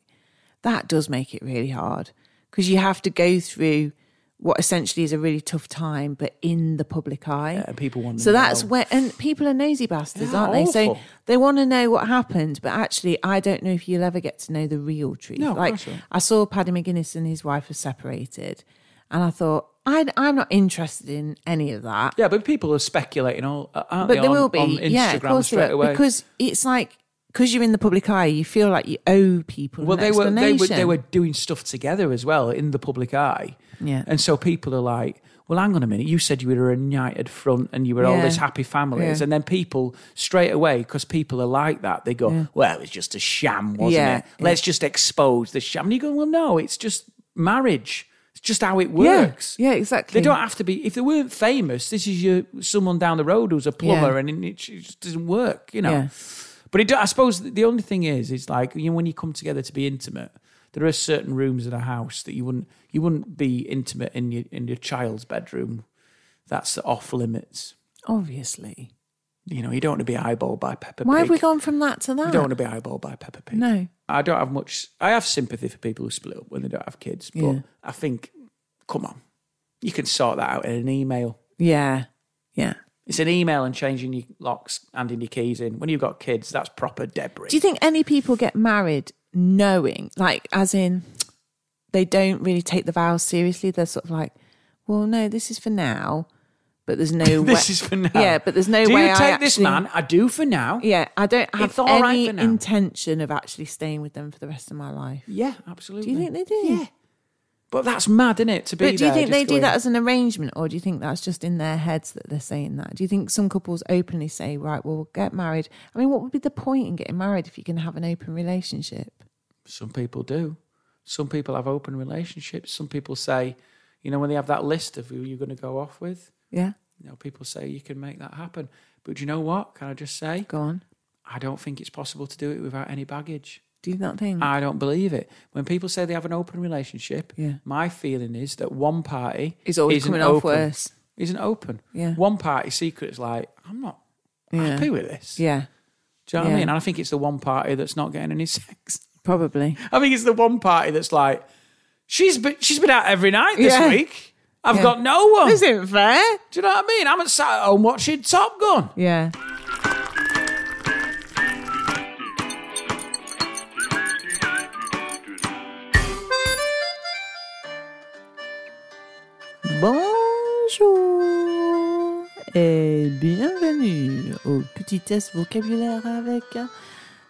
S7: that does make it really hard because you have to go through what essentially is a really tough time, but in the public eye.
S5: and people want to
S7: So that's
S5: know.
S7: where, and people are nosy bastards,
S5: Yeah,
S7: aren't they? So
S5: awful.
S7: they want to know what happened, but actually, I don't know if you'll ever get to know the real truth.
S5: No, of
S7: like
S5: course not.
S7: I saw Paddy McGuinness and his wife were separated, and I thought I, I'm not interested in any of that
S5: Yeah, but people are speculating all, uh, aren't
S7: but
S5: they?
S7: there
S5: on-
S7: will be
S5: on Instagram
S7: yeah of course
S5: straight
S7: there will
S5: away.
S7: because it's like because you're in the public eye you feel like you owe people
S5: well,
S7: an
S5: they were they were they
S7: explanation.
S5: were doing stuff together as well in the public eye.
S7: Yeah.
S5: and so people are like, "Well, hang on a minute. You said you were a united front and you were all
S7: Yeah.
S5: this happy families,
S7: Yeah.
S5: and then people straight away because people are like that. They go, "Well, it was just a sham, wasn't
S7: Yeah,
S5: it? Let's just expose the sham." And you go, "Well, no, it's just marriage. It's just how it works."
S7: yeah exactly
S5: They don't have to be. If they weren't famous, this is your someone down the road who's a plumber,
S7: Yeah.
S5: and it just doesn't work, you know.
S7: Yeah.
S5: But it, do- I suppose the only thing is, it's like you know, when you come together to be intimate, there are certain rooms in a house that you wouldn't you wouldn't be intimate in your in your child's bedroom. That's off limits.
S7: obviously
S5: You know, you don't want to be eyeballed by Pepper
S7: why
S5: Pig.
S7: have we gone from that to
S5: You
S7: that
S5: don't want to be eyeballed by Pepper Pig.
S7: no
S5: I don't have much. I have sympathy for people who split up when they don't have kids, but
S7: Yeah.
S5: I think, come on, you can sort that out in an email.
S7: yeah yeah
S5: It's an email and changing your locks, handing your keys in. When you've got kids, that's proper debris.
S7: do you think any people get married knowing like as in they don't really take the vows seriously they're sort of like well no this is for now but there's no
S5: this
S7: way
S5: is for now.
S7: yeah but there's no
S5: do
S7: way
S5: you
S7: I
S5: take this
S7: actually-
S5: man? I do for now.
S7: yeah, I don't have
S5: It's all right
S7: any
S5: for now.
S7: intention of actually staying with them for the rest of my life.
S5: Yeah, absolutely.
S7: Do you think they do? Yeah.
S5: But that's mad, isn't it? To be
S7: But do you
S5: there
S7: think
S5: just
S7: they do
S5: going,
S7: that as an arrangement, or do you think that's just in their heads that they're saying that? Do you think some couples openly say, "Right, well, we'll get married"? I mean, what would be the point in getting married if you can have an open relationship?
S5: Some people do. Some people have open relationships. Some people say, you know, when they have that list of who you're going to go off with,
S7: Yeah,
S5: you know, people say you can make that happen. But do you know what? Can I just say?
S7: go on.
S5: I don't think it's possible to do it without any baggage.
S7: Do you not think?
S5: I don't believe it. When people say they have an open relationship,
S7: Yeah.
S5: my feeling is that one party
S7: Is always
S5: isn't
S7: coming off
S5: open-
S7: worse.
S5: Isn't open.
S7: Yeah.
S5: One party secret's like, I'm not happy with this.
S7: yeah,
S5: Do you know what
S7: Yeah.
S5: I mean? And I think it's the one party that's not getting any sex.
S7: probably.
S5: I think it's the one party that's like, she's been she's been out every night this
S7: Yeah.
S5: week. I've got no one. Do
S7: Isn't fair?
S5: you know what I mean? I'm sat at home watching Top Gun.
S7: Yeah. Bonjour et bienvenue au petit test vocabulaire avec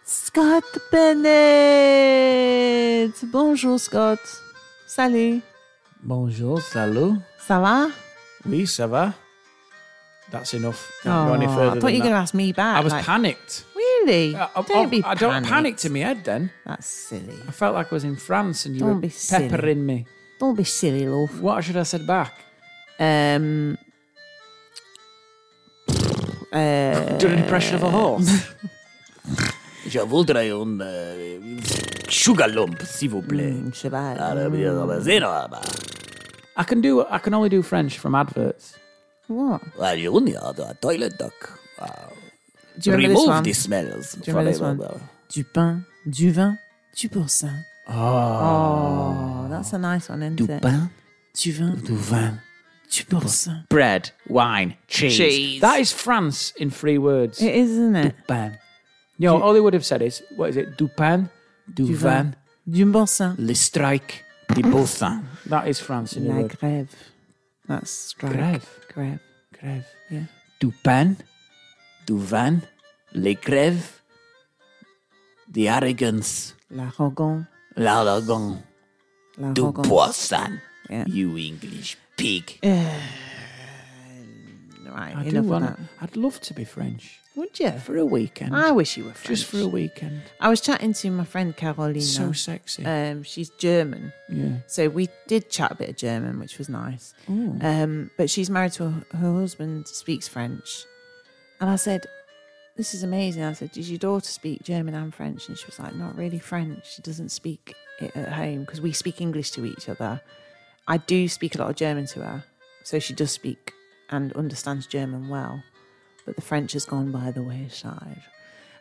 S7: Scott Bennett. Bonjour Scott. Salut.
S5: Bonjour, salut.
S7: Ça va?
S5: Oui, ça va. That's enough. Can't go
S7: Oh,
S5: any further
S7: I
S5: than
S7: thought
S5: that.
S7: you were going to ask me back.
S5: I was
S7: like,
S5: panicked.
S7: really?
S5: I, Ah, oh, I-
S7: don't be
S5: I don't
S7: panicked.
S5: panic in my head then.
S7: That's silly.
S5: I felt like I was in France and you
S7: Don't
S5: were
S7: be silly.
S5: peppering me.
S7: Don't be silly, love.
S5: What should I said back?
S7: Um,
S5: Done an impression of a horse. Uh, Je voudrais un euh, sugar lump, s'il vous plaît. Mm. Ah, I can do. I can only do French from adverts.
S7: What?
S5: Well, you only are the toilet duck.
S7: Do you remember this one?
S5: smells.
S7: you remember this one? Du pain, du vin, du pourcent. Oh. that's a nice one, isn't it?
S5: Pain,
S7: Du vin,
S5: du vin.
S7: du pourcent.
S5: Bread, wine, cheese.
S7: Cheese.
S5: That is France in three words.
S7: It is, isn't it?
S5: Pain. You know, all they would have said is, what is it? Du pain, du, vin,
S7: vin. Du pourcent.
S5: le strike, the boursin. That is France in a
S7: La
S5: word.
S7: grève. That's strike.
S5: Grève.
S7: Grève.
S5: Grève.
S7: Yeah.
S5: Du pain, du vin, les grèves, the arrogance,
S7: L'arrogant.
S5: l'arrogance. Du
S7: L'arrogant.
S5: poisson.
S7: Yeah.
S5: You English pig.
S7: Right,
S5: I do
S7: enough of
S5: want.
S7: that.
S5: I'd love to be French
S7: Would you?
S5: for a weekend.
S7: I wish you were French.
S5: just for a weekend.
S7: I was chatting to my friend Carolina.
S5: So sexy.
S7: um, she's German.
S5: yeah.
S7: So we did chat a bit of German, which was nice. Um, but she's married to her, her husband, speaks French. And I said, This is amazing. I said, Does your daughter speak German and French? And she was like, Not really French. She doesn't speak it at home because we speak English to each other. I do speak a lot of German to her. So she does speak and understands German well. But the French has gone by the wayside.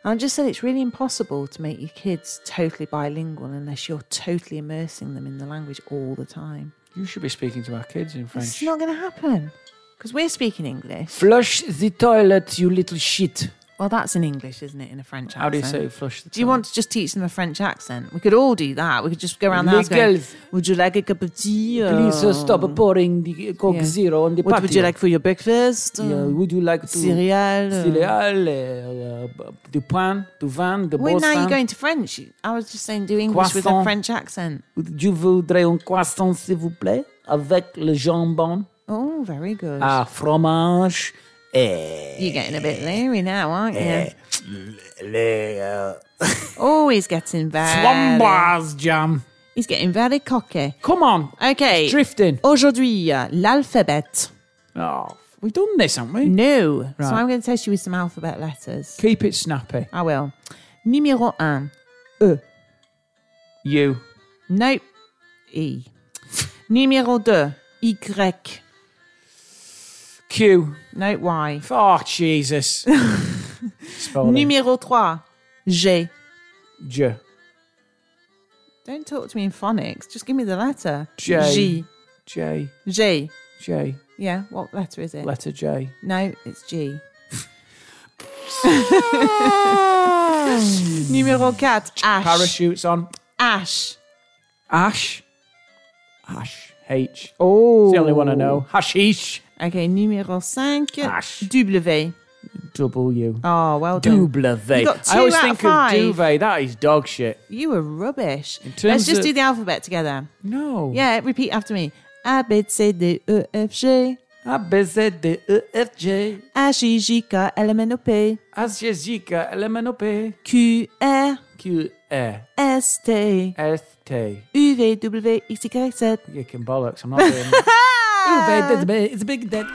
S7: And I just said it's really impossible to make your kids totally bilingual unless you're totally immersing them in the language all the time.
S5: You should be speaking to our kids in French.
S7: It's not going to happen because we're speaking English.
S5: Flush the toilet, you little shit.
S7: Well, that's in English, isn't it? In a French accent.
S5: How do you say flush the toilet?
S7: Do you want to just teach them a French accent? We could all do that. We could just go around the
S5: Les
S7: house going,
S5: girls.
S7: Would you like a cup of tea? Or,
S5: Please uh, stop pouring the Coke
S7: Yeah.
S5: Zero on the
S7: What
S5: patio.
S7: would you like for your breakfast?
S5: Yeah, would you like to
S7: Cereal. uh,
S5: Céréales, uh, uh, du pain, du vin, de
S7: Wait, now
S5: boursin.
S7: you're going to French. I was just saying, do English with a
S5: Croissant.
S7: French accent.
S5: Je voudrais un croissant, s'il vous plaît, avec le jambon,
S7: Oh, very good.
S5: à fromage et
S7: You're getting a bit leery now, aren't you?
S5: les euh,
S7: Oh, he's getting very.
S5: framboise jam.
S7: He's getting very cocky.
S5: Come on,
S7: Okay.
S5: drifting.
S7: Aujourd'hui, uh, l'alphabet.
S5: Oh, we've done this, haven't we?
S7: No. So
S5: Right.
S7: I'm going to test you with some alphabet letters.
S5: Keep it snappy.
S7: I will. Numéro un.
S5: You.
S7: Nope. E. Numéro deux. Y.
S5: Q.
S7: No Y.
S5: Oh, Jesus. Spelling.
S7: Numéro trois. G.
S5: J.
S7: Don't talk to me in phonics. Just give me the letter.
S5: J.
S7: G.
S5: J.
S7: G.
S5: J.
S7: Yeah. What letter is it?
S5: Letter J.
S7: No, it's G. Numéro 4, Ash.
S5: Parachutes on.
S7: Ash.
S5: Ash. Ash. H.
S7: Oh.
S5: It's the only one I know.
S7: E.
S5: Hashish.
S7: Okay, numéro 5,
S5: Ash.
S7: W.
S5: W.
S7: Oh, well done.
S5: Duvet.
S7: You got
S5: I always
S7: two out
S5: think
S7: of five.
S5: of duvet. That is dog shit.
S7: You were rubbish.
S5: terms
S7: Let's just
S5: of-
S7: do the alphabet together.
S5: No.
S7: Yeah, repeat after me. A, B, C, D, E, F, G.
S5: A B Z D E F J
S7: H, I, J, K, L, M, N, O, P.
S5: H J K L M N O P
S7: Q, R,
S5: Q E
S7: S, T.
S5: S T.
S7: U, V, W, X, Y, Z.
S5: You can bollocks. I'm not doing that. Duvet, that's big- It's a big dead.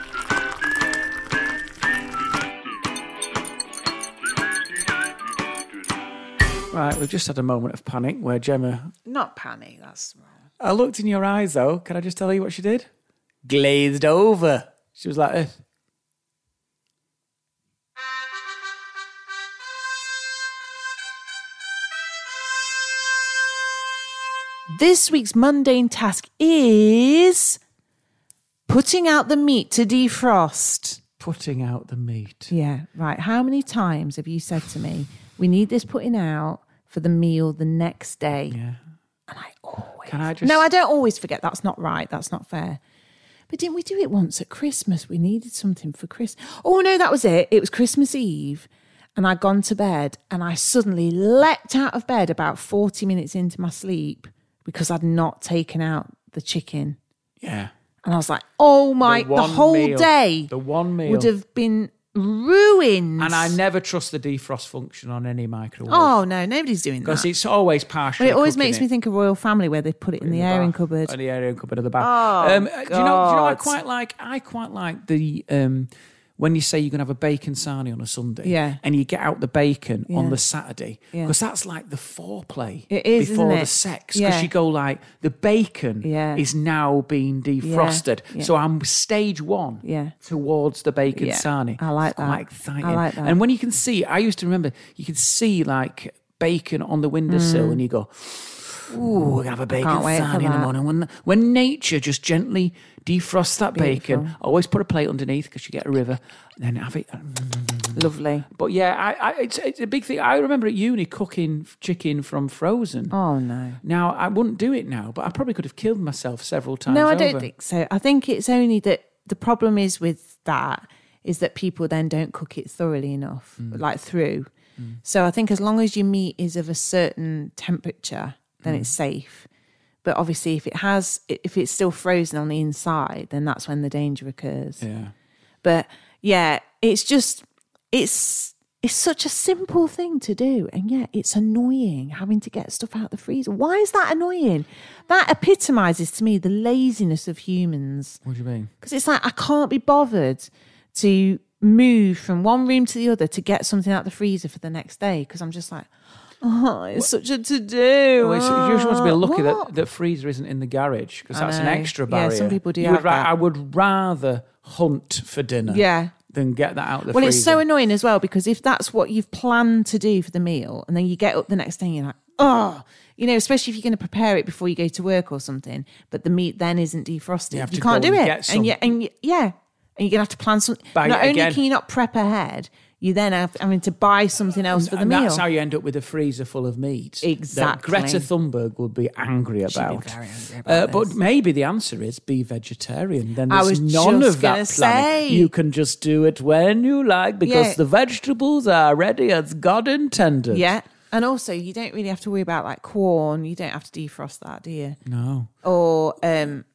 S5: Right, we've just had a moment of panic where Gemma.
S7: Not panic, that's wrong.
S5: I looked in your eyes though. Can I just tell you what she did? Glazed over. She was like this.
S7: This week's mundane task is putting out the meat to defrost.
S5: putting out the meat.
S7: Yeah, right. How many times have you said to me, we need this putting out for the meal the next day? Yeah. And I always.
S5: Can I just?
S7: No, I don't always forget. That's not right. That's not fair. But didn't we do it once at Christmas? We needed something for Christmas. Oh, no, that was it. It was Christmas Eve. And I'd gone to bed and I suddenly leapt out of bed about 40 minutes into my sleep because I'd not taken out the chicken.
S5: yeah.
S7: And I was like, oh my, the,
S5: one
S7: whole
S5: meal.
S7: day
S5: The one meal.
S7: would have been ruined.
S5: and I never trust the defrost function on any microwave
S7: Oh no, nobody's doing
S5: because
S7: that.
S5: it's always partial.
S7: But it always makes me think of Royal Family where they put it in, the, airing
S5: Ah,
S7: cupboard. Oh,
S5: And the airing cupboard of the bath. um, uh, Do you know? Do you know? I
S7: God.
S5: quite like. I quite like the um, when you say you're going to have a bacon sarnie on a Sunday,
S7: Yeah.
S5: and you get out the bacon on
S7: Yeah.
S5: the Saturday,
S7: Yeah.
S5: because that's like the foreplay
S7: It is,
S5: before
S7: isn't
S5: the
S7: it?
S5: sex, because
S7: Yeah.
S5: you go like the bacon
S7: Yeah.
S5: is now being defrosted,
S7: Yeah.
S5: so I'm stage one
S7: Yeah.
S5: towards the bacon
S7: Yeah.
S5: sarnie.
S7: I like
S5: It's quite
S7: that.
S5: exciting.
S7: I like that.
S5: And when you can see, I used to remember you could see like bacon on the windowsill, and you go. Ooh, we're gonna have a bacon
S7: Mm. can't wait for
S5: sarnie in the
S7: that.
S5: morning. When, when nature just gently defrosts that bacon, always put a plate underneath because you get a river, and then have it.
S7: Lovely.
S5: But yeah, I, I, it's, it's a big thing. I remember at uni cooking f- chicken from frozen.
S7: Oh no.
S5: Now I wouldn't do it now, but I probably could have killed myself several times.
S7: No, I
S5: over.
S7: don't think so. I think it's only that the problem is with that is that people then don't cook it thoroughly enough,
S5: Mm.
S7: like through. So I think as long as your meat is of a certain temperature, then it's
S5: Mm.
S7: safe. But obviously, if it has, if it's still frozen on the inside, then that's when the danger occurs.
S5: Yeah.
S7: But yeah, it's just it's it's such a simple thing to do, and yet it's annoying having to get stuff out the freezer. Why is that annoying? That epitomizes to me the laziness of humans
S5: What do you mean?
S7: because it's like I can't be bothered to move from one room to the other to get something out the freezer for the next day because I'm just like, oh, it's such a to do.
S5: Well, it's, you just want to be lucky
S7: Oh, what?
S5: that that freezer isn't in the garage because
S7: I
S5: that's an
S7: know.
S5: extra
S7: Yeah,
S5: barrier.
S7: some people do
S5: You would
S7: have that.
S5: I would rather hunt for dinner,
S7: Yeah.
S5: than get that out the
S7: Well,
S5: freezer.
S7: it's so annoying as well because if that's what you've planned to do for the meal, and then you get up the next day and you're like, oh, you know, especially if you're going to prepare it before you go to work or something, but the meat then isn't defrosted, you,
S5: have to
S7: can't
S5: go
S7: do
S5: and
S7: it,
S5: get
S7: and you,
S5: some.
S7: and you, yeah, and you're gonna have to plan something.
S5: Buy
S7: Not
S5: it
S7: only
S5: again.
S7: can you not prep ahead, you then have I mean to buy something else for the
S5: and
S7: meal.
S5: that's how you end up with a freezer full of meat. That
S7: Exactly.
S5: Greta Thunberg would be angry about. Uh, but maybe the answer is be vegetarian. Then
S7: I
S5: there's
S7: was
S5: none
S7: just
S5: of that
S7: gonna
S5: planet.
S7: say.
S5: You can just do it when you like because
S7: Yeah.
S5: the vegetables are ready as God intended.
S7: yeah, and also you don't really have to worry about like corn. You don't have to defrost that, do you?
S5: No,
S7: Or um,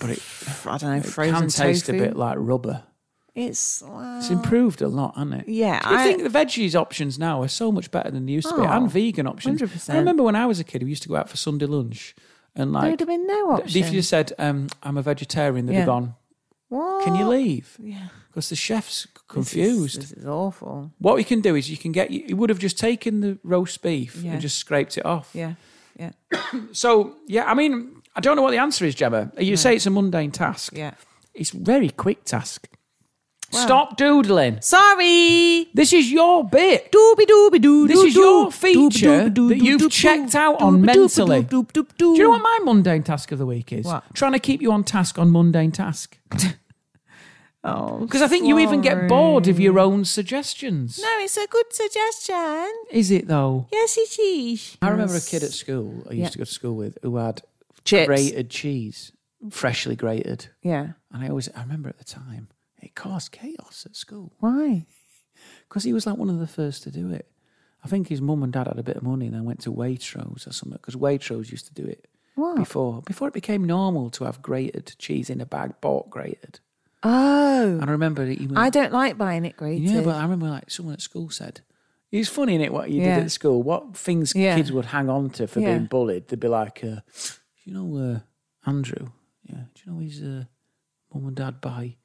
S5: but it
S7: I don't know, frozen
S5: can taste
S7: tofu.
S5: a bit like rubber.
S7: It's well,
S5: It's improved a lot, hasn't it?
S7: Yeah,
S5: I
S7: I-
S5: think the veggies options now are so much better than they used to be,
S7: Oh,
S5: and vegan options. I
S7: 100%.
S5: remember when I was a kid, we used to go out for Sunday lunch, and like
S7: there would have been no option.
S5: If you said, um, I'm a vegetarian, they'd be
S7: Yeah.
S5: gone,
S7: What?
S5: can you leave? Yeah. Because the chef's c- confused.
S7: This is, awful.
S5: What you can do is you can get, you would have just taken the roast beef
S7: Yeah.
S5: and just scraped it off.
S7: Yeah, yeah,
S5: So, yeah, I mean, I don't know what the answer is, Gemma. You say it's a mundane task.
S7: yeah.
S5: It's a very quick task. Stop doodling.
S7: Sorry.
S5: This is your bit.
S7: Dooby dooby doo.
S5: This
S7: doo
S5: is
S7: doo.
S5: your
S7: Dooby
S5: feature
S7: dooby doo
S5: that
S7: doo
S5: you've
S7: doo
S5: checked
S7: doo.
S5: out on
S7: Dooby dooby
S5: mentally.
S7: doo doo doo doo.
S5: Do you know what my mundane task of the week is?
S7: What?
S5: Trying to keep you on task on mundane task.
S7: Oh,
S5: Because I think you even get bored of your own suggestions.
S7: no, it's a good suggestion.
S5: Is it though?
S7: Yes, it is.
S5: I remember a kid at school I used
S7: Yeah.
S5: to go to school with who had
S7: Chips.
S5: grated cheese, freshly grated.
S7: Yeah.
S5: And I always, I remember at the time, it caused chaos at school
S7: Why?
S5: because he was like one of the first to do it. I think his mum and dad had a bit of money and then went to Waitrose or something because Waitrose used to do it before before it became normal to have grated cheese in a bag, bought grated.
S7: Oh,
S5: And I remember that he was
S7: I don't like buying it grated.
S5: Yeah, but I remember like someone at school said, it's funny in it what you
S7: Yeah.
S5: did at school. What things
S7: Yeah.
S5: kids would hang on to for
S7: Yeah.
S5: being bullied? They'd be like, uh, "Do you know uh, Andrew? Yeah, do you know his uh, mum and dad buy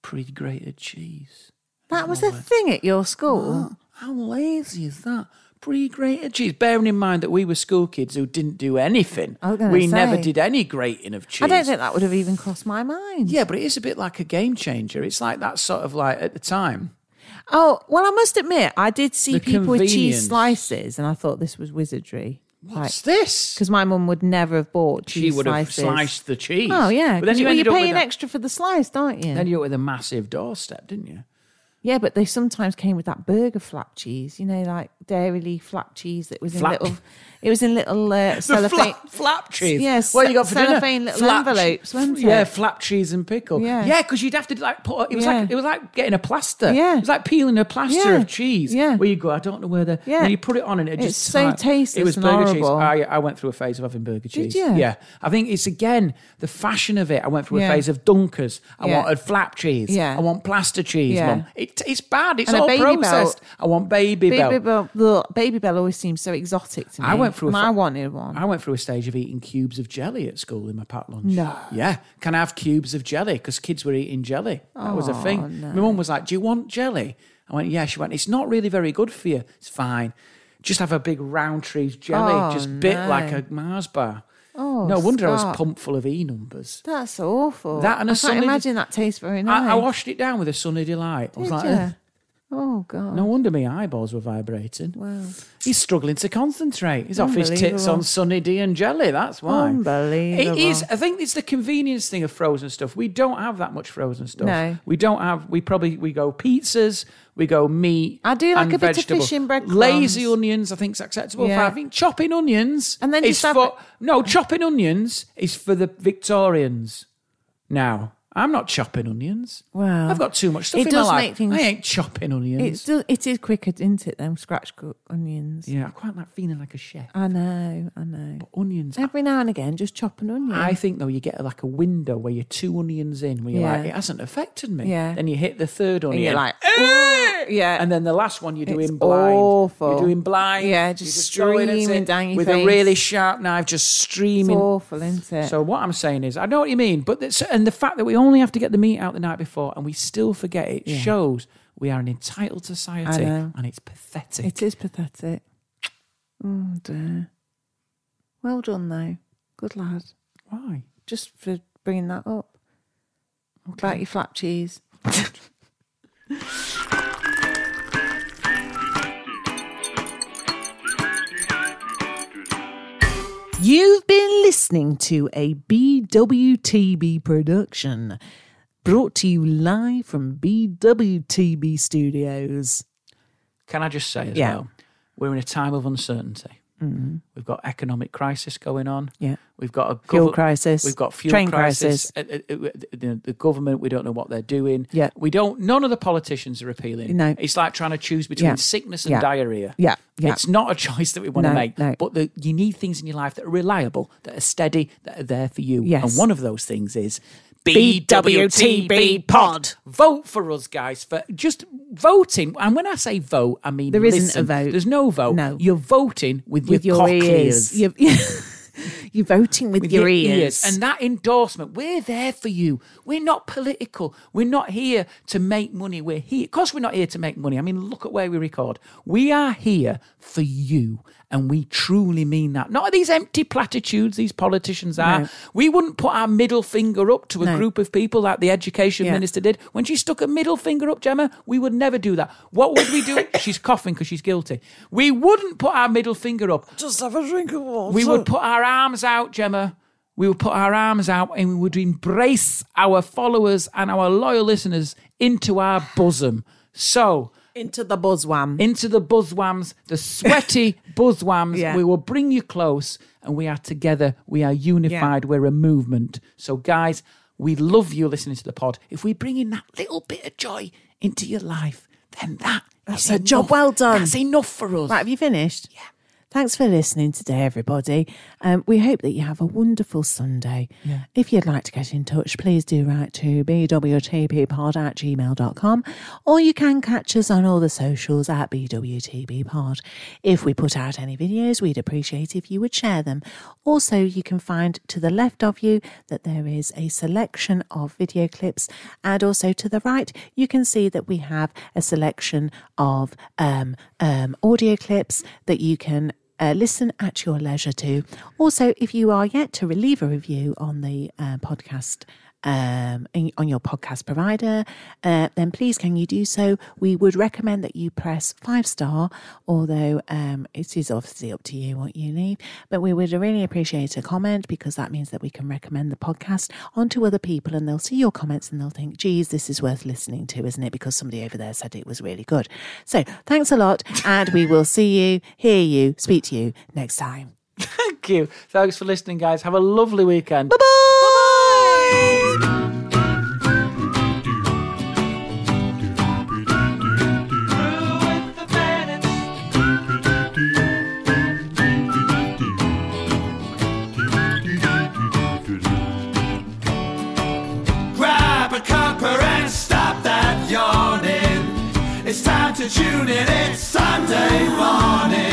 S5: pre-grated cheese?
S7: that was a thing at your school.
S5: Oh, how lazy is that? Pre-grated cheese. Bearing in mind that we were school kids who didn't do anything.
S7: I was gonna
S5: we never
S7: say.
S5: did any grating of cheese.
S7: I don't think that would have even crossed my mind.
S5: Yeah, but it is a bit like a game changer. It's like that sort of like at the time.
S7: Oh, well, I must admit, I did see
S5: The
S7: people with
S5: convenience.
S7: cheese slices, and I thought this was wizardry.
S5: What's this?
S7: Because my mum would never have bought cheese
S5: she would
S7: slices.
S5: have sliced the cheese.
S7: Oh yeah,
S5: but then
S7: 'cause
S5: you
S7: well,
S5: ended
S7: you're
S5: up with
S7: paying
S5: a,
S7: extra for the slice, don't you?
S5: Then you ended up with a massive doorstep, didn't you?
S7: yeah, but they sometimes came with that burger flap cheese, you know, like dairy leaf flap cheese that was in
S5: Flap.
S7: little. It was in little uh, cellophane.
S5: flap, flap cheese.
S7: Yes,
S5: What you got for dinner?
S7: cellophane little
S5: Flap-
S7: envelopes, weren't it?
S5: Yeah, flap cheese and pickle.
S7: Yeah.
S5: yeah, because you'd have to like put. It was
S7: Yeah.
S5: like it was like getting a plaster.
S7: Yeah.
S5: it was like peeling a plaster
S7: Yeah.
S5: of cheese.
S7: Yeah.
S5: where you go, I don't know where the.
S7: Yeah.
S5: and you put it on and it
S7: It's
S5: just
S7: so
S5: tight. It
S7: tasteless
S5: was
S7: and
S5: burger cheese.
S7: horrible.
S5: I, I went through a phase of having burger cheese.
S7: you?
S5: Yeah, I think it's again the fashion of it. I went through a
S7: Yeah.
S5: phase of Dunkers. I
S7: Yeah.
S5: wanted flap cheese.
S7: Yeah.
S5: I want plaster cheese.
S7: Yeah.
S5: Mum. It It, it's bad. It's
S1: And a
S5: all
S1: baby belt.
S5: processed. I want baby,
S1: Baby
S5: belt.
S1: Bell, look, Baby Bell always seems so exotic to me.
S5: I went through a
S1: and
S5: fa-
S1: I wanted one.
S5: I went through a stage of eating cubes of jelly at school in my packed lunch.
S1: No.
S5: Yeah. Can I have cubes of jelly? Because kids were eating jelly. That was a thing. My mum was like, Do you want jelly? I went, Yeah. She went, It's not really very good for you. It's fine. Just have a big round trees jelly,
S1: Oh,
S5: just bit
S1: no.
S5: like a Mars bar.
S1: Oh,
S5: no wonder I
S1: Scott.
S5: was pumped full of E numbers.
S1: That's awful.
S5: That and
S1: I
S5: a
S1: can't
S5: solid-
S1: imagine that tastes very nice.
S5: I, I washed it down with a sunny delight. I was
S1: Did
S5: like,
S1: ya?
S5: "Eh,
S1: Oh god.
S5: No wonder my eyeballs were vibrating.
S1: Wow.
S5: He's struggling to concentrate. He's off his tits
S1: Unbelievable.
S5: on Sunny D and Jelly. That's why.
S1: Unbelievable.
S5: It is. I think it's the convenience thing of frozen stuff. We don't have that much frozen stuff.
S1: No.
S5: We don't have. We probably we go pizzas. We go meat.
S1: I do like
S5: and
S1: a bit of
S5: vegetable.
S1: fish in breadcrumbs.
S5: Lazy onions, I think, is acceptable.
S1: Yeah.
S5: I think chopping onions
S1: And then
S5: is
S1: just have
S5: for no chopping onions is for the Victorians. Now I'm not chopping onions.
S1: Well,
S5: I've got too much stuff
S1: it
S5: in
S1: does
S5: my life.
S1: make things-
S5: I ain't chopping onions.
S1: It's still, it is quicker, isn't it? Them scratch cook onions.
S5: Yeah, I quite like feeling like a chef.
S1: I know. I know.
S5: Onions.
S1: Every now and again, just chop an onion.
S5: I think though you get like a window where you're two onions in, where you're
S1: Yeah.
S5: like, it hasn't affected me.
S1: Yeah.
S5: Then you hit the third onion,
S1: and you're like, "Ooh," yeah,
S5: and then the last one you're doing
S1: It's
S5: blind.
S1: awful.
S5: You're doing blind.
S1: Yeah,
S5: You're
S1: just
S5: going at
S1: streaming
S5: it
S1: down your
S5: with
S1: face.
S5: a really sharp knife, just
S1: it's
S5: streaming.
S1: awful, isn't it?
S5: So what I'm saying is, I know what you mean, but that's, and the fact that we only have to get the meat out the night before and we still forget it shows we are an entitled society,
S1: I know.
S5: and it's pathetic.
S1: it is pathetic. Oh dear. Well done, though. Good lad.
S5: Why?
S1: Just for bringing that up. About your flap cheese.
S7: You've been listening to a BWTB production brought to you live from BWTB Studios.
S5: Can I just say as
S7: Yeah.
S5: well, we're in a time of uncertainty.
S1: Mm-hmm.
S5: We've got economic crisis going on.
S7: Yeah.
S5: We've got a
S7: Fuel crisis,
S5: We've got fuel
S7: train
S5: crisis. Uh, uh, uh, The, the government, we don't know what they're doing.
S7: Yeah.
S5: We don't. None of the politicians are appealing.
S7: No.
S5: It's like trying to choose between
S7: Yeah.
S5: sickness and
S7: Yeah.
S5: diarrhea.
S7: Yeah. Yeah.
S5: It's not a choice that we want
S7: No,
S5: to make.
S7: no.
S5: But the, you need things in your life that are reliable, that are steady, that are there for you.
S7: Yes.
S5: And one of those things is BWTB Pod. Vote for us, guys, for just voting. And when I say vote, I mean
S7: There isn't
S5: listen.
S7: a vote.
S5: There's no vote.
S7: No.
S5: You're voting with,
S7: With your,
S5: cock
S7: ears. You're, you're voting with, your, ears.
S5: And that endorsement, we're there for you. We're not political. We're not here to make money. We're here. Of course, we're not here to make money. I mean, look at where we record. We are here for you. And we truly mean that. Not these empty platitudes these politicians are. We wouldn't put our middle finger up to a group of people like the education minister did. When she stuck a middle finger up, Gemma, we would never do that. What would we do? she's coughing because she's guilty. We wouldn't put our middle finger up. We would put our arms out, Gemma. We would put our arms out and we would embrace our followers and our loyal listeners into our bosom. So,
S7: into the buzzwam.
S5: into the buzzwams, the sweaty buzzwams,
S7: Yeah.
S5: we will bring you close and we are together. We are unified. We're a movement. So, guys, we love you listening to the pod. If we bring in that little bit of joy into your life, then that that's
S7: a job well done.
S5: That's enough for us.
S7: Right, have you finished? Yeah. Thanks for listening today, everybody. Um, we hope that you have a wonderful Sunday. If you'd like to get in touch, please do write to bwtbpod at gmail.com or you can catch us on all the socials at bwtbpod. If we put out any videos, we'd appreciate if you would share them. Also, you can find to the left of you that there is a selection of video clips, and also to the right, you can see that we have a selection of um, um, audio clips that you can. Uh, listen at your leisure to. Also, if you are yet to leave a review on the uh, podcast um, in, on your podcast provider, uh, then please can you do so? We would recommend that you press five star, although um, it is obviously up to you what you need. But we would really appreciate a comment because that means that we can recommend the podcast onto other people and they'll see your comments and they'll think, geez, this is worth listening to, isn't it? Because somebody over there said it was really good. So thanks a lot, and we will see you, hear you, speak to you next time.
S5: Thank you. Thanks for listening, guys. Have a lovely weekend.
S3: Grab a copper and stop that yawning. tune in, it's Sunday morning.